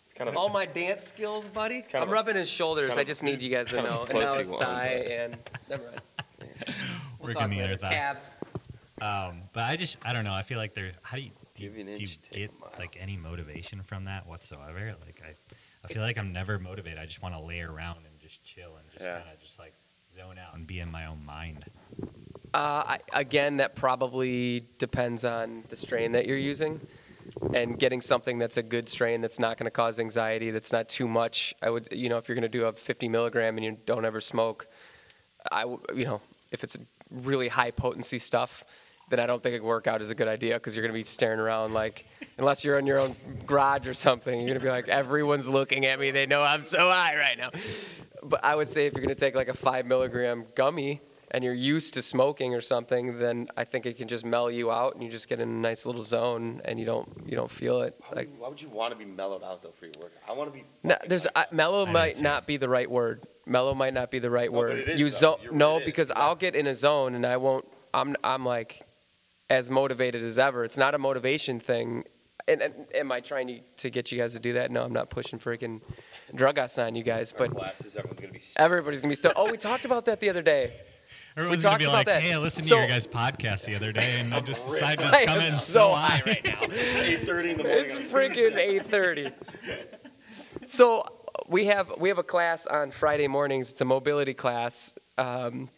S5: It's kind of
S4: All my dance skills, buddy.
S5: kind
S4: I'm
S5: of a-
S4: rubbing his shoulders.
S5: kind
S4: I
S5: of-
S4: just need you guys to
S5: kind of
S4: know.
S5: a
S4: And now
S5: pussy
S4: it's
S5: one, but-
S4: thigh and never mind. We'll
S3: We're
S4: talk
S3: gonna eat
S4: later.
S3: our thigh.
S4: Calves.
S3: Um, but I just I don't know. I feel like there. How do you do? You,
S5: Give an
S3: do you
S5: inch, take a
S3: get
S5: mile.
S3: like any motivation from that whatsoever? Like I, I feel
S4: It's-
S3: like I'm never motivated. I just want to lay around and just chill and just
S5: Yeah.
S3: kind of just like zone out and be in my own mind.
S4: Uh, I, again, that probably depends on the strain that you're using and getting something that's a good strain that's not going to cause anxiety, that's not too much. I would, you know, if you're going to do a 50 milligram and you don't ever smoke, I, w- you know, if it's really high potency stuff, then I don't think a workout is a good idea because you're going to be staring around like, unless you're in your own garage or something, you're going to be like, everyone's looking at me. They know I'm so high right now. but I would say if you're gonna take like a five milligram gummy and you're used to smoking or something, then I think it can just mellow you out and you just get in a nice little zone and you don't you don't feel it.
S5: Why,
S4: Like
S5: would you, why would you want to be mellowed out though for your work? I want to be.
S4: no,
S5: fucking
S4: there's
S5: hyped
S4: I,
S5: up.
S4: mellow
S3: do
S4: might
S3: too.
S4: not be the right word. Mellow might not be the right
S5: but
S4: word.
S5: it is
S4: you
S5: though.
S4: zone
S5: You're right,
S4: no
S5: it is,
S4: because I'll get in a zone and I won't. I'm I'm like as motivated as ever. It's not a motivation thing. And, and am I trying to, to get you guys to do that? No, I'm not pushing freaking drug us on you guys, but
S5: Classes, everyone's gonna be. s-
S4: everybody's gonna be still. Oh, we talked about that the other day.
S3: Everyone's
S4: talked
S3: gonna be
S4: about
S3: like,
S4: that.
S3: "Hey, I listened
S4: So-
S3: to your guys' podcast the other day, and I just
S5: ripped.
S3: decided to
S4: I
S3: just come
S4: am
S3: in and
S4: so
S3: blow
S4: high
S3: high
S4: right now.
S5: It's 8:30 in the morning.
S4: It's
S5: on a
S4: freaking
S5: Tuesday.
S4: eight thirty. So we have we have a class on Friday mornings. It's a mobility class. Um,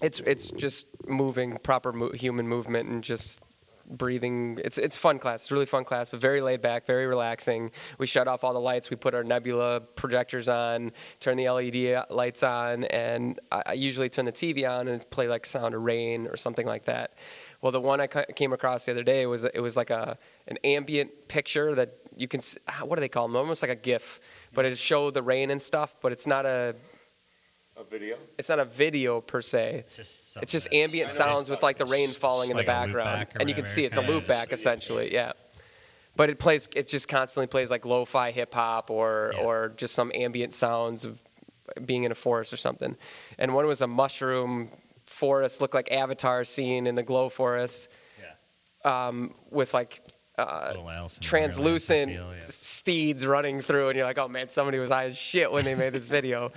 S4: it's it's just moving proper mo- human movement and just breathing. It's it's a fun class. It's a really fun class, but very laid back, very relaxing. We shut off all the lights. We put our Nebula projectors on, turn the LED lights on, and I, I usually turn the TV on and play like Sound of Rain or something like that. Well, the one I ca- came across the other day was it was like a an ambient picture that you can s- ah, what do they call them? Almost like a GIF, but it showed the rain and stuff. But it's not a
S5: A video.
S4: it's not a video per se. It's
S3: just
S4: just,
S3: something that's-
S4: ambient sounds with like the rain falling in the
S3: like a loop
S4: background,
S3: back or
S4: and you can
S3: whatever,
S4: see it's a
S3: kinda
S4: loop
S3: just-
S4: back essentially. Yeah, but it plays. It just constantly plays like lo-fi hip hop or
S3: Yeah.
S4: or just some ambient sounds of being in a forest or something. And one was a mushroom forest, looked like Avatar scene in the glow forest with like uh,
S3: Little Alice in Wonderland
S4: translucent
S3: deal, yeah.
S4: steeds running through, and you're like, oh man, somebody was high as shit when they made this video.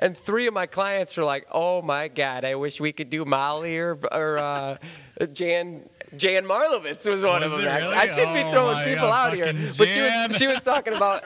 S4: And three of my clients were like, oh my god, I wish we could do Molly or or uh, Jan. Jan Marlovitz was one
S3: Was
S4: of them.
S3: it
S4: actually.
S3: really?
S4: I shouldn't be
S3: Oh
S4: throwing
S3: my
S4: people
S3: God,
S4: out here,
S3: fucking
S4: but she
S3: Jan.
S4: was she was talking about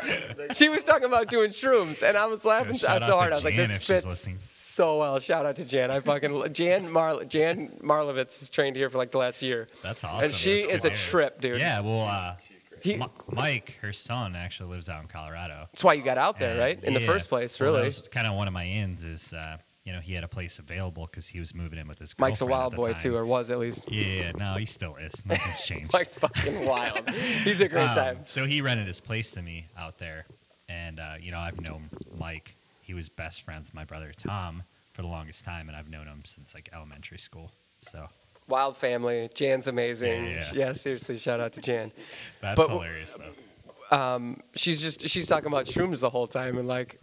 S4: she was talking about doing shrooms, and I was laughing so
S3: shout out to
S4: hard. I was like,
S3: Jan
S4: this
S3: if she's
S4: fits
S3: listening.
S4: so well. Shout out to Jan. I fucking lo- Jan Mar Jan Marlovitz is trained here for like the last year.
S3: That's awesome.
S4: And she
S3: That's
S4: is a
S3: hilarious.
S4: trip, dude.
S3: Yeah, well, uh,
S4: He-
S3: Mi- Mike, her son, actually lives out in Colorado.
S4: That's why you got out there,
S3: And,
S4: right? In the
S3: yeah,
S4: first place,
S3: well, that
S4: really.
S3: was kind of one of my ends is, uh, you know, he had a place available because he was moving in with his.
S4: Mike's a
S3: girlfriend at
S4: wild
S3: the
S4: boy
S3: time.
S4: too, or was at least.
S3: Yeah, yeah, no, he still is. Nothing's changed.
S4: Mike's fucking wild. He's a great
S3: Um,
S4: time.
S3: So he rented his place to me out there, and uh, you know I've known Mike. He was best friends with my brother Tom for the longest time, and I've known him since like elementary school. So
S4: Wild family. Jan's amazing.
S3: Yeah,
S4: Yeah,
S3: yeah.
S4: seriously, shout out to Jan.
S3: that's
S4: But-
S3: hilarious, though.
S4: She's just she's talking about shrooms the whole time, and like,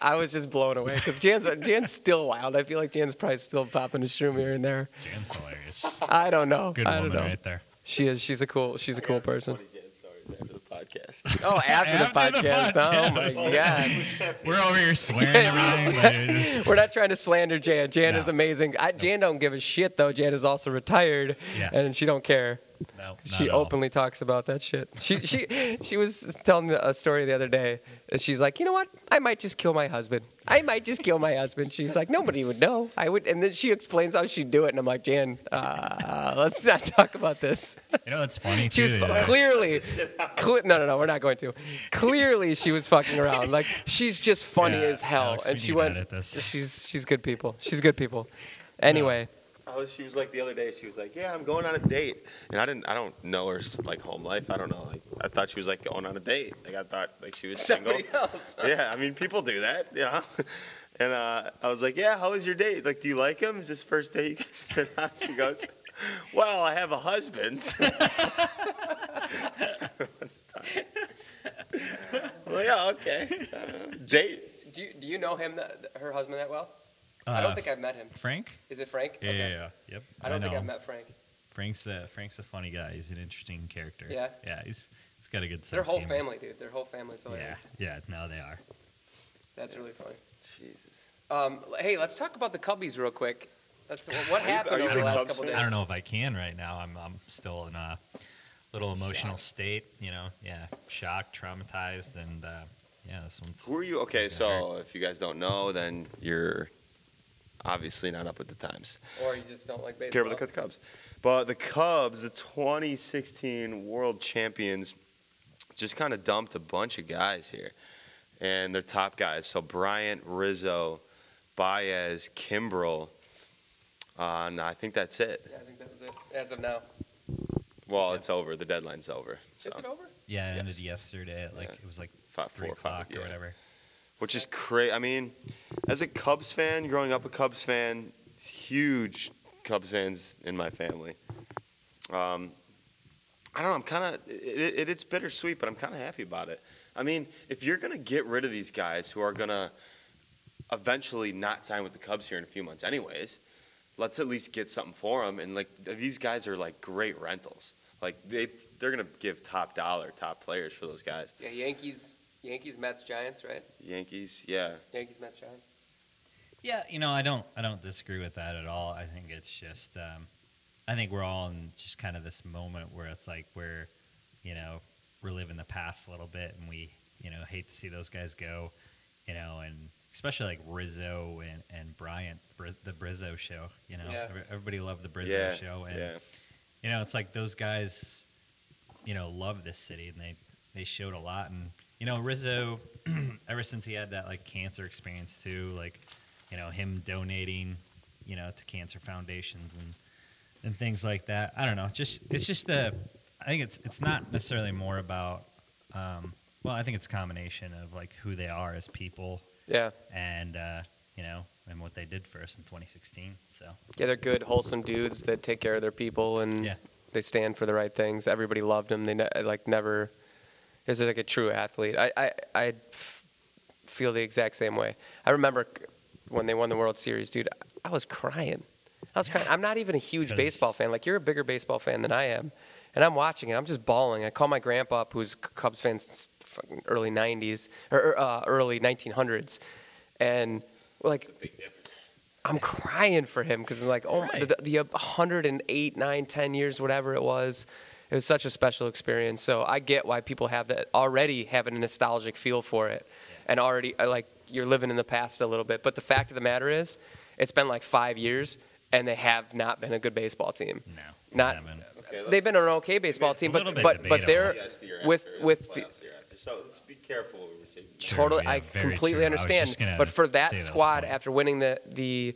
S4: I was just blown away because Jan's Jan's still wild. I feel like Jan's probably still popping a shroom here and there.
S3: Jam's hilarious.
S4: I don't know.
S3: Good
S4: I don't
S3: woman
S4: know.
S3: right there.
S4: She is. She's a cool. She's a cool person.
S5: Funny Jan stories after the podcast.
S4: Oh, after,
S3: After
S4: the
S3: the
S4: podcast. Oh my
S3: podcast.
S4: god.
S3: We're over here swearing and everything, but it was-
S4: We're not trying to slander Jan. Jan
S3: No.
S4: is amazing. I, Jan don't give a shit though. Jan is also retired,
S3: Yeah.
S4: and she don't care.
S3: no, not
S4: She
S3: at all.
S4: openly talks about that shit. She she she was telling a story the other day. and She's like, you know what? I might just kill my husband. I might just kill my husband. She's like, nobody would know. I would, and then she explains how she'd do it, and I'm like, Jan, uh, let's not talk about this.
S3: You know, it's funny
S4: She
S3: too.
S4: was fu-
S3: yeah.
S4: clearly, cle- no, no, no, we're not going to. Clearly, she was fucking around. Like she's just funny
S3: Yeah,
S4: as hell,
S3: Alex, we
S4: and she
S3: need to
S4: went.
S3: edit this.
S4: She's she's good people. She's good people. Anyway,
S5: I was, Oh, she was like the other day. She was like, "Yeah, I'm going on a date," and I didn't. I don't know her s- like home life. I don't know. Like I thought she was like going on a date. Like I thought like she was single.
S4: somebody else.
S5: yeah, I mean, people do that, you know. And uh, I was like, "Yeah, how was your date? Like, do you like him? Is this first date you guys been on?" She goes, "Well, I have a husband." Everyone's dying. I'm like, oh, okay. Uh, date.
S4: Do you, do you know him, that, her husband, that well? I
S3: Uh,
S4: don't think I've met him.
S3: Frank.
S4: Is it Frank?
S3: Yeah, yeah, yeah. Yep.
S4: I don't think
S3: know
S4: I've
S3: him.
S4: met Frank.
S3: Frank's a Frank's a funny guy. He's an interesting character.
S4: Yeah?
S3: Yeah. He's he's got a good sense.
S4: Their
S3: of
S4: whole
S3: humor.
S4: family, dude. Their whole family's
S3: Yeah.
S4: hilarious.
S3: Yeah. No, they are.
S4: That's really funny.
S5: Jesus.
S4: Um, l- hey, let's talk about the Cubbies real quick. That's what, what happened
S5: you
S4: over
S5: big
S4: the last
S5: Cubs
S4: couple
S5: fan?
S4: days.
S5: Yes.
S3: I don't know if I can right now. I'm I'm still in a little emotional state. You know. Yeah. Shocked, traumatized, and uh, yeah. This one's.
S5: Who are you? Okay,
S3: Yeah.
S5: so if you guys don't know, then you're obviously not up with the times.
S4: Or you just don't like baseball.
S5: Care about the Cubs. But the Cubs, the 2016 World Champions, just kind of dumped a bunch of guys here, and they're top guys. So Bryant, Rizzo, Baez, Kimbrel. Uh, no, I think that's it.
S4: Yeah, I think that was it. As of now.
S5: Well, it's over. The deadline's over. So.
S4: Is it over?
S3: Yeah. It
S5: Yes.
S3: ended yesterday. At like
S5: Yeah.
S3: it was like
S5: Five-
S3: three
S5: four, five,
S3: o'clock or
S5: yeah.
S3: whatever.
S5: which is crazy. I mean, as a Cubs fan, growing up a Cubs fan, huge Cubs fans in my family. Um, I don't know. I'm kind of it, it, it's bittersweet, but I'm kind of happy about it. I mean, if you're gonna get rid of these guys who are gonna eventually not sign with the Cubs here in a few months, anyways, let's at least get something for them. And like these guys are like great rentals. Like they they're gonna give top dollar, top players for those guys.
S4: Yeah, Yankees, Yankees, Mets, Giants, right?
S5: Yankees, yeah.
S4: Yankees, Mets, Giants.
S3: Yeah, you know, I don't, I don't disagree with that at all. I think it's just, um, I think we're all in just kind of this moment where it's like we're, you know, reliving the past a little bit, and we, you know, hate to see those guys go, you know, and especially like Rizzo and and Bryant, Bri- the Brizzo show. You know,
S4: Yeah.
S3: Every- everybody loved the Brizzo
S5: yeah,
S3: show, and
S5: yeah.
S3: you know, it's like those guys, you know, love this city and they they showed a lot. And you know, Rizzo, ever since he had that like cancer experience too, like you know, him donating, you know, to cancer foundations and and things like that. I don't know. Just it's just the I think it's it's not necessarily more about. Um, well, I think it's a combination of like who they are as people
S4: Yeah,
S3: and uh, you know and what they did for us in 2016. So
S4: yeah, they're good, wholesome dudes that take care of their people and
S3: Yeah.
S4: they stand for the right things. Everybody loved them. They ne- like never. It was like a true athlete. I I I f- feel the exact same way. I remember c- when they won the World Series, dude. I was crying. I was crying. I'm not even a huge
S3: 'Cause-
S4: baseball fan. Like you're a bigger baseball fan than I am, and I'm watching it. I'm just bawling. I call my grandpa up, who's a Cubs fan since fucking early '90s or uh, early 1900s, and like
S2: Big difference.
S4: I'm crying for him because I'm like, oh, my
S3: Right.
S4: the, the 108, 9, 10 years, whatever it was, it was such a special experience. So I get why people have that already having a nostalgic feel for it, and already uh, like you're living in the past a little bit. But the fact of the matter is, it's been like five years, and they have not been a good baseball team.
S3: no,
S4: Not-
S3: I mean,
S4: They've been an okay baseball team,
S3: little
S4: but
S3: bit
S4: but but
S3: debatable.
S4: they're
S2: Yes, the year
S4: with
S2: after, the
S4: with the,
S2: playoffs the year after. So let's be careful what we say.
S4: totally
S3: yeah,
S4: I
S3: very
S4: completely
S3: true. I was
S4: understand.
S3: just gonna
S4: But for
S3: say
S4: that
S3: that was
S4: squad
S3: funny.
S4: after winning the the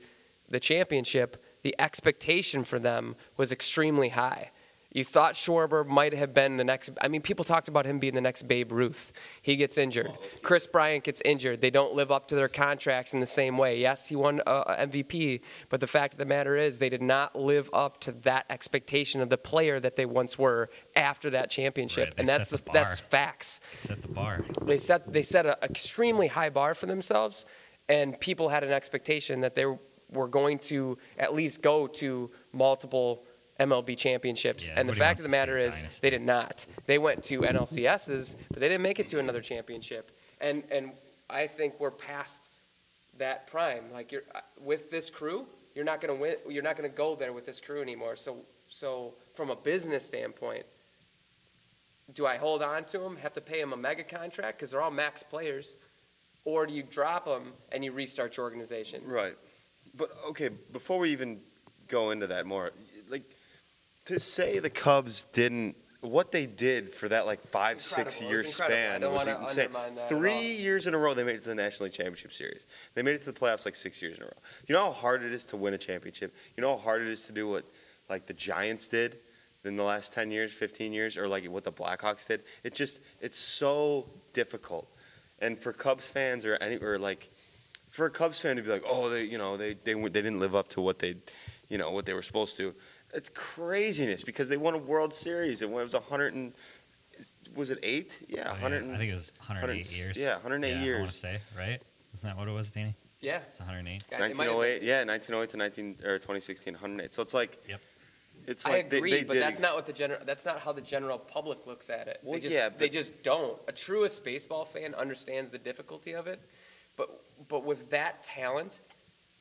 S4: the championship, the expectation for them was extremely high. You thought Schwarber might have been the next. I mean, people talked about him being the next Babe Ruth. He gets injured. Chris Bryant gets injured. They don't live up to their contracts in the same way. Yes, he won uh, MVP, but the fact of the matter is they did not live up to that expectation of the player that they once were after that championship,
S3: Right, they
S4: and that's
S3: set
S4: the,
S3: the bar.
S4: that's facts
S3: set the bar.
S4: they set they set an extremely high bar for themselves, and people had an expectation that they were going to at least go to multiple MLB championships.
S3: Yeah,
S4: and the
S3: everybody
S4: fact of the
S3: wants to
S4: matter
S3: see a
S4: is,
S3: dynasty.
S4: they did not. They went to NLCSs, but they didn't make it to another championship. And and I think we're past that prime. Like you're uh, with this crew, you're not gonna win. You're not gonna go there with this crew anymore. So so from a business standpoint, do I hold on to them, have to pay them a mega contract because they're all max players, or do you drop them and you restart your organization?
S5: Right. But okay, before we even go into that more, like to say the Cubs didn't what they did for that like five six
S4: incredible. It
S5: year
S4: was incredible. I
S5: span
S4: don't
S5: was
S4: wanna
S5: insane.
S4: undermine that at all.
S5: Three years in a row they made it to the National League Championship Series. They made it to the playoffs like six years in a row. Do you know how hard it is to win a championship? You know how hard it is to do what like the Giants did in the last ten years, fifteen years, or like what the Blackhawks did. It just it's so difficult. And for Cubs fans or any or like for a Cubs fan to be like, oh, they, you know, they, they, w- they didn't live up to what they, you know, what they were supposed to. It's craziness because they won a World Series and when it was 100 and was it eight? Yeah,
S3: Oh, Yeah,
S5: 100. and-
S3: I think it was 108
S5: 100
S3: years.
S5: yeah, 108
S3: I
S5: years.
S3: want to say, right? Isn't that what it was, Danny?
S4: Yeah.
S3: It's 108.
S4: God, they might have-
S5: 1908. Yeah, 1908 to 19 or 2016, 108. So it's like,
S3: Yep.
S5: it's
S4: I
S5: like they-
S4: agree,
S5: they,
S4: but
S5: did
S4: that's
S5: ex-
S4: not what the general. That's not how the general public looks at it.
S5: Well,
S4: they just,
S5: yeah, but-
S4: they just don't. A truest baseball fan understands the difficulty of it, but but with that talent,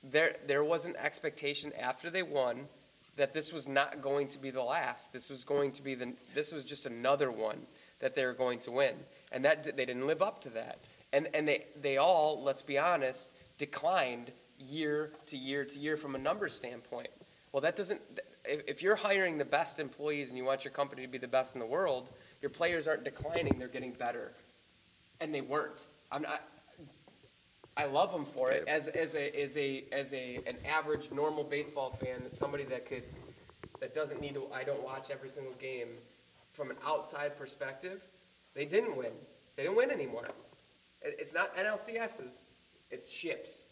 S4: there there was an expectation after they won that this was not going to be the last. This was going to be the. This was just another one that they were going to win, and that di- they didn't live up to that. And and they they all, let's be honest, declined year to year to year from a numbers standpoint. Well, that doesn't. If, if you're hiring the best employees and you want your company to be the best in the world, your players aren't declining; they're getting better, and they weren't. I'm not. I love them for it as as a as a as a an average normal baseball fan that's somebody that could that doesn't need to I don't watch every single game from an outside perspective. They didn't win. They didn't win anymore. It, It's not NLCSs. It's ships.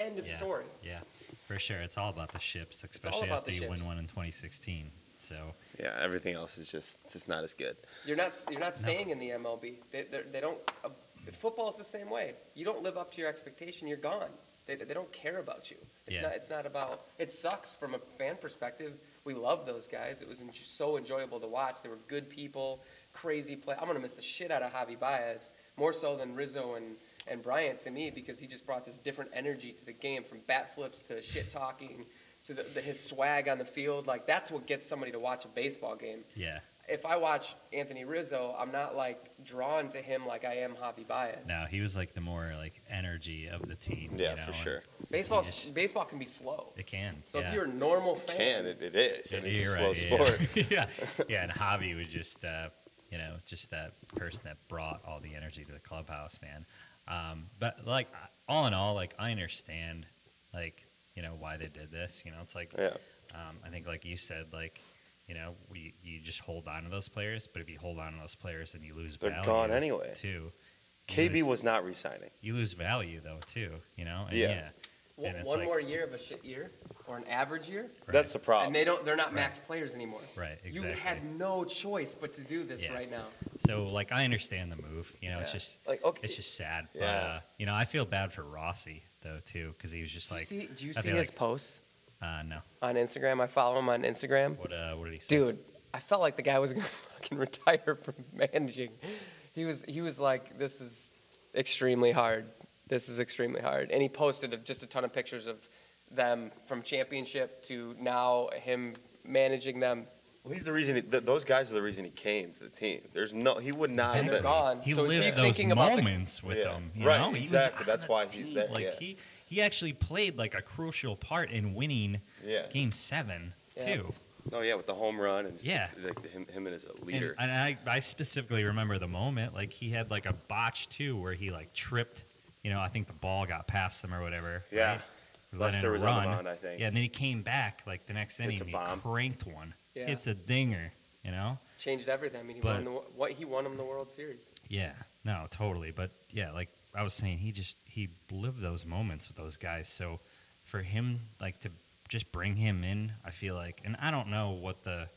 S4: End of
S3: yeah,
S4: story.
S3: Yeah, for sure. It's all about the ships,
S4: all
S3: especially
S4: about
S3: after
S4: the
S3: you win
S4: ships.
S3: one in 2016. So
S5: Yeah, everything else is just it's just not as good.
S4: You're not you're not staying in the MLB. They they're- they don't. Uh, football is the same way. You don't live up to your expectation, you're gone. They, they don't care about you. It's
S3: Yeah.
S4: not it's not about. It sucks from a fan perspective. We love those guys. It was en- so enjoyable to watch. They were good people, crazy play. I'm gonna miss the shit out of Javi Baez more so than Rizzo and. And Bryant to me because he just brought this different energy to the game from bat flips to shit talking to the, the, his swag on the field like that's what gets somebody to watch a baseball game
S3: yeah,
S4: if I watch Anthony Rizzo, I'm not like drawn to him like I am Javi Baez.
S3: no, he was like the more like energy of the team. you
S5: Yeah,
S3: know,
S5: for
S3: and
S5: sure.
S4: Baseball,
S3: you just-
S4: baseball can be slow.
S3: It can.
S4: So
S3: yeah.
S4: if you're a normal fan,
S5: Can it, it is. I
S3: Yeah,
S5: mean, it's a
S3: you're
S5: slow
S3: right, yeah,
S5: sport.
S3: Yeah. yeah, yeah, and Javi was just, uh, you know, just that person that brought all the energy to the clubhouse, man. Um, but like, I- all in all, like I understand, like you know, why they did this. You know, it's like,
S5: Yeah.
S3: um, I think like you said, like. You know, we, you just hold on to those players, but if you hold on to those players, then you lose
S5: They're
S3: value.
S5: gone anyway.
S3: Too. You
S5: KB
S3: lose-
S5: was not re-signing.
S3: you lose value though too. You know. And
S5: Yeah.
S3: yeah.
S4: one,
S3: and it's
S4: one
S3: like-
S4: more year of a shit year or an average year,
S3: Right.
S5: That's the problem.
S4: and they don't, they're not max players anymore.
S3: Right,
S4: You
S3: exactly.
S4: had no choice but to do this
S3: Yeah.
S4: right now.
S3: So like I understand the move, you know, it's
S5: Yeah.
S3: just
S5: Like, okay.
S3: it's just sad. But,
S5: Yeah.
S3: uh, you know, I feel bad for Rossi though too because he was just like,
S4: do you see, do you
S3: I'd
S4: see
S3: be
S4: his
S3: like,
S4: posts
S3: uh, no,
S4: on Instagram? I follow him on Instagram.
S3: what uh, what did he say?
S4: dude i felt like the guy was gonna fucking retire from managing he was he was like this is extremely hard this is extremely hard and he posted a- just a ton of pictures of them from championship to now him managing them
S5: Well, he's the reason. He, th- those guys are the reason he came to the team. There's no. He would not.
S4: and
S5: have
S4: they're
S5: been,
S4: gone
S3: He
S4: so is
S3: lived
S4: he
S3: those
S4: thinking about the,
S3: moments with
S5: Yeah.
S3: them, you
S5: Right,
S3: know? He was
S5: exactly.
S3: on
S5: That's
S3: the
S5: why he's
S3: team.
S5: there,
S3: Like
S5: yeah.
S3: he he actually played like a crucial part in winning
S5: Yeah.
S3: Game Seven
S4: Yeah.
S3: too.
S5: No, Oh, yeah, with the home run and just
S3: Yeah.
S5: the, the- him, him as a
S3: And,
S5: leader.
S3: and I, I specifically remember the moment, like he had like a botch too, where he like tripped. You know, I think the ball got past him or whatever.
S5: Yeah.
S3: right? Let
S5: Lester
S3: him
S5: was on the mound, I think.
S3: Yeah, and then he came back like the next inning.
S5: a
S3: and
S5: bomb.
S3: He cranked one.
S4: Yeah.
S3: It's a dinger. You know.
S4: changed everything i mean he
S3: But-
S4: won the, wo- what he won him the world series
S3: Yeah. No, totally. But yeah, like I was saying, he just he lived those moments with those guys. So for him, like to just bring him in, I feel like, and I don't know what the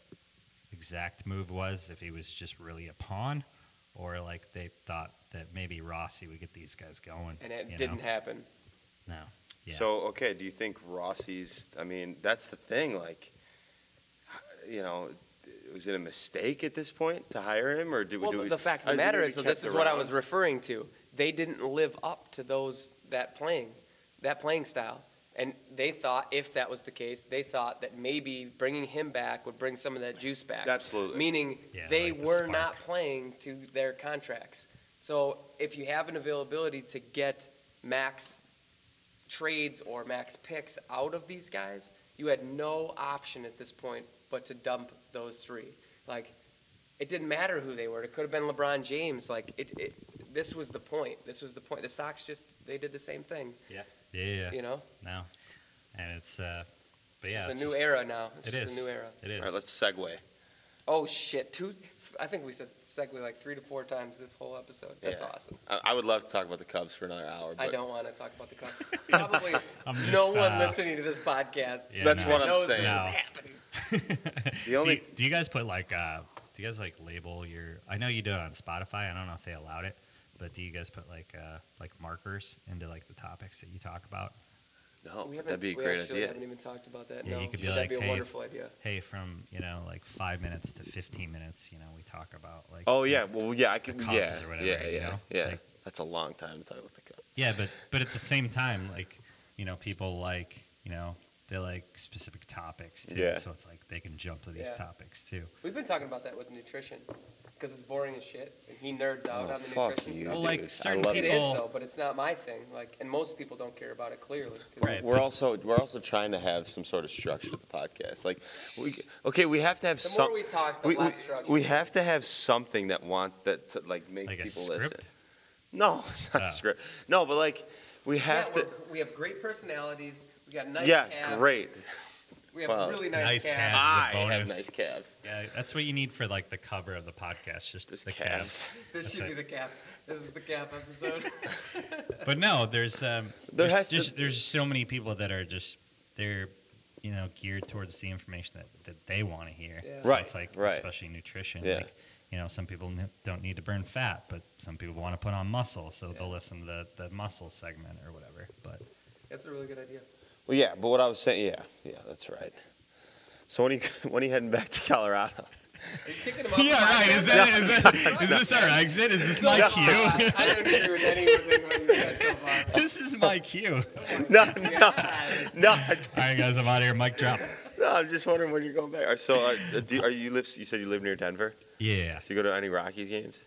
S3: exact move was, if he was just really a pawn, or like they thought that maybe Rossi would get these guys going.
S4: and it
S3: you
S4: didn't
S3: know?
S4: happen
S3: No. Yeah.
S5: So okay, do you think Rossi's? I mean, that's the thing. Like, you know, was it a mistake at this point to hire him, or do,
S4: well
S5: do
S4: the,
S5: we?
S4: the fact of the
S5: I think
S4: matter
S5: we
S4: is that
S5: kept
S4: this is what i
S5: around.
S4: was referring to they didn't live up to those that playing that playing style and they thought if that was the case they thought that maybe bringing him back would bring some of that juice back
S5: Absolutely.
S4: meaning
S3: Yeah,
S4: they
S3: like the
S4: were
S3: spark.
S4: not playing to their contracts so if you have an availability to get max trades or max picks out of these guys, you had no option at this point but to dump those three. Like, it didn't matter who they were. It could have been LeBron James. Like, it, it this was the point. This was the point. The Sox just they did the same thing.
S3: yeah. Yeah.
S4: You know,
S3: No. And it's uh, but yeah,
S4: it's, a new
S3: just-
S4: era now. It's
S3: It
S4: just
S3: is.
S4: a new era.
S3: It is.
S5: All right, let's segue.
S4: Oh shit! Two, I think we said segue like three to four times this whole episode. That's
S5: Yeah.
S4: awesome.
S5: I, I would love to talk about the Cubs for another hour. But
S4: I don't want to talk about the Cubs. Probably
S3: I'm
S4: no
S3: just,
S4: one
S3: uh,
S4: listening to this podcast
S3: Yeah,
S5: That's
S3: no.
S5: what I'm
S4: knows this
S5: saying.
S4: is
S3: No.
S4: happening.
S5: The only
S3: do, you, do you guys put like uh do you guys like label your i know you do it on spotify i don't know if they allowed it but do you guys put like uh like markers into like the topics that you talk about
S5: no,
S4: We
S5: but
S4: haven't-
S5: that'd be a
S4: we
S5: great
S4: actually
S5: idea.
S4: haven't even talked about that.
S3: Yeah,
S4: no,
S3: you could be
S4: that'd
S3: like,
S4: be a
S3: hey,
S4: wonderful idea.
S3: hey from you know like five minutes to 15 minutes you know we talk about like
S5: Oh yeah, well yeah, I could
S3: Cubs
S5: yeah,
S3: or whatever,
S5: yeah,
S3: you
S5: yeah,
S3: know?
S5: yeah.
S3: Like-
S5: That's a long time to talk about the Cubs.
S3: yeah but but at the same time like you know people like you know they like specific topics too
S5: Yeah.
S3: so it's like they can jump to these
S4: Yeah.
S3: topics too
S4: We've been talking about that with nutrition because it's boring as shit, and he nerds out
S5: Oh,
S4: on the
S5: fuck
S4: nutrition
S5: you,
S4: stuff.
S3: Well,
S5: dude.
S3: like,
S5: I
S3: certain
S5: love
S4: it
S5: it.
S4: is
S3: people-
S4: though, but it's not my thing. Like, and most people don't care about it clearly. 'cause
S3: Right.
S5: We're also we're also trying to have some sort of structure to the podcast. Like, we okay, we have to have
S4: The
S5: some.
S4: more we talk, the
S5: we,
S4: less
S5: we-
S4: structure.
S5: we have to have something that want that to, like makes
S3: Like a
S5: people
S3: script?
S5: listen. No, not
S3: Oh.
S5: script. No, but like we
S4: Yeah,
S5: have to.
S4: we're- we have great personalities. We got nice.
S5: Yeah,
S4: calves.
S5: great.
S4: We have
S5: Wow.
S4: really nice,
S3: Nice
S4: calves.
S3: calves.
S5: I
S3: a
S5: have
S3: bonus.
S5: nice calves.
S3: Yeah, that's what you need for like the cover of the podcast, just
S5: Just
S3: the
S5: calves.
S3: calves.
S4: This should
S3: That's
S4: be
S3: it.
S4: the cap. This is the cap episode.
S3: But no, there's um,
S5: There
S3: there's,
S5: has to-
S3: just, there's so many people that are just they're you know geared towards the information that, that they want to hear.
S4: Yeah.
S3: So
S5: Right,
S3: It's like
S5: right.
S3: especially nutrition.
S5: Yeah.
S3: Like, you know, some people n- don't need to burn fat, but some people want to put on muscle, so they'll listen to the, the muscle segment or whatever. But
S4: That's a really good idea.
S5: Well, yeah, but what I was saying, yeah, yeah, that's right. So when are you when are you heading back to Colorado?
S4: Are you kicking him off?
S3: yeah,
S4: the
S3: right. Is
S4: podcast?
S3: that is, that, is this our exit? Is this my
S5: No.
S3: cue?
S4: I don't agree with anything what you said so far.
S3: this is my cue.
S5: No, no,
S4: God.
S5: no, I,
S3: All right, guys, I'm out of here. Mic drop.
S5: no. I'm just wondering when you're going back. All right, so are, do, are you live? You said you live near Denver.
S3: Yeah.
S5: So you go to any Rockies games?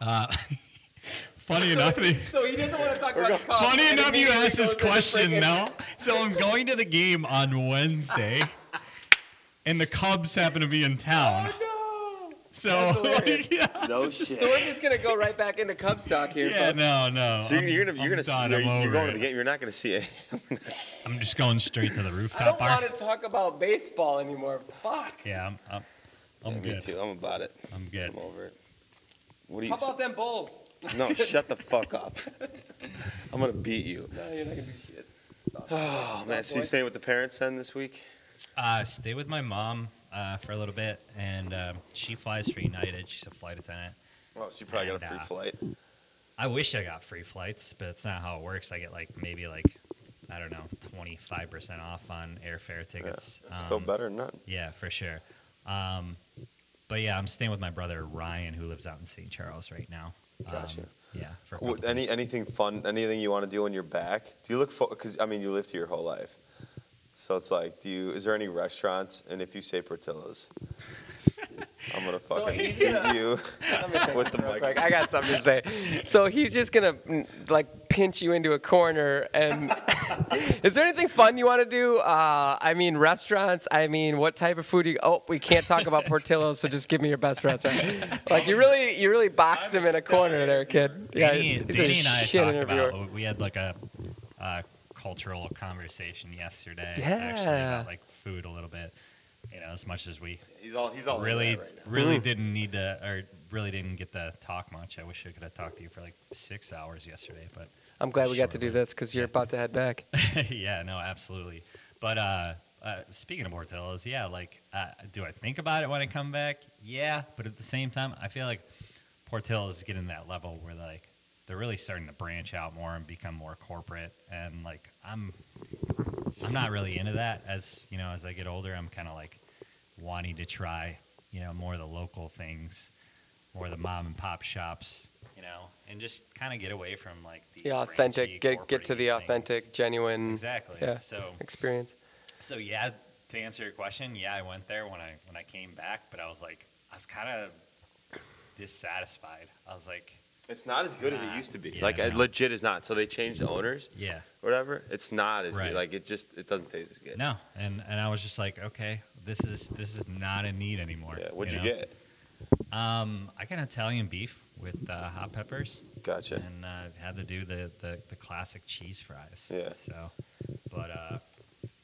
S3: Uh, funny enough. the-
S4: So he doesn't want to talk about the call.
S3: Funny
S4: and
S3: enough, you
S4: immediately
S3: asked this
S4: goes into
S3: question
S4: freaking-
S3: now. So I'm going to the game on Wednesday, and the Cubs happen to be in town.
S4: Oh
S3: So,
S4: that's hilarious.
S3: yeah,
S5: No
S4: no! So we're
S5: shit.
S4: just gonna go right back into Cubs talk here.
S3: yeah,
S4: folks.
S3: no, no.
S5: So you're,
S3: I'm-
S5: you're gonna
S3: I'm
S5: you're gonna see,
S3: done,
S5: you're,
S3: I'm
S5: you're
S3: over
S5: going to the
S3: it.
S5: game. You're not gonna see it.
S3: I'm just going straight to the
S4: I don't
S3: rooftop bar.
S4: want to talk about baseball anymore. Fuck.
S3: Yeah, I'm, I'm, I'm
S5: Yeah,
S3: good.
S5: Me too. I'm about it.
S3: I'm good.
S5: I'm over it. What do you?
S4: How about them Bulls?
S5: No, shut the fuck up. I'm gonna beat you.
S4: No, you're not gonna do shit. Soft-
S5: Oh man,
S4: soft
S5: so you
S4: boy.
S5: staying with the parents then this week?
S3: Uh, stay with my mom uh, for a little bit, and um, she flies for United. She's a flight attendant.
S5: Oh, so you probably got a
S3: And,
S5: free
S3: uh,
S5: flight.
S3: I wish I got free flights, but it's not how it works. I get like maybe like I don't know, twenty five percent off on airfare tickets.
S5: Still
S3: Um,
S5: better than none.
S3: Yeah, for sure. Um, but yeah, I'm staying with my brother Ryan, who lives out in St. Charles right now. Um,
S5: Gotcha.
S3: Yeah. For a
S5: What,
S3: couple
S5: any
S3: days.
S5: anything fun? Anything you want to do when you're back? Do you look for? Because I mean, you lived here your whole life, so it's like, do you? Is there any restaurants? And if you say Portillo's, I'm gonna fucking
S4: he's
S5: beat
S4: gonna-
S5: you
S4: Let me take
S5: with the
S4: this real
S5: mic.
S4: quick. I got something to say. So he's just gonna mm, like pinch you into a corner. And is there anything fun you want to do? Uh, I mean, restaurants. I mean, what type of food? You, oh, we can't talk about Portillo's, so just give me your best restaurant. Like you really, you really boxed him in a corner there, kid.
S3: Danny,
S4: he's a
S3: Danny and I
S4: shit
S3: talked
S4: interviewer.
S3: about. We had like a, uh cultural conversation yesterday. Actually,
S4: Yeah.
S3: about like food a little bit. You know, as much as we
S5: He's all he's all
S3: really,
S5: Oh, right now.
S4: Mm.
S3: really didn't need to, or really didn't get to talk much. I wish I could have talked to you for like six hours yesterday, but
S4: I'm glad we got to do
S3: short-lived.
S4: this because you're about to head back.
S3: yeah, no, absolutely. But uh, uh, speaking of Portillo's, yeah, like, uh, do I think about it when I come back? Yeah, but at the same time, I feel like Portillo's is getting to that level where like they're really starting to branch out more and become more corporate, and like I'm, I'm not really into that. As you know, as I get older, I'm kind of like wanting to try, you know, more of the local things, more of the mom and pop shops. You know, and just kind of get away from like the,
S4: The authentic,
S3: branchy,
S4: get get to
S3: corporate-y
S4: the
S3: things.
S4: authentic, genuine.
S3: Exactly.
S4: Yeah.
S3: So
S4: Experience.
S3: so yeah, to answer your question, yeah, I went there when I when I came back, but I was like I was kind of dissatisfied. I was like,
S5: It's not as good as it used to be.
S3: Yeah,
S5: like it
S3: no.
S5: legit is not. So they changed the owners,
S3: yeah.
S5: or whatever. It's not as
S3: Right.
S5: good. Like it just it doesn't taste as good.
S3: No, and and I was just like, okay, this is this is not a need anymore.
S5: Yeah. What'd you,
S3: know?
S5: get?
S3: Um, I got Italian beef with uh, hot peppers,
S5: Gotcha.
S3: and uh, had to do the, the the classic cheese fries.
S5: Yeah.
S3: So, but uh,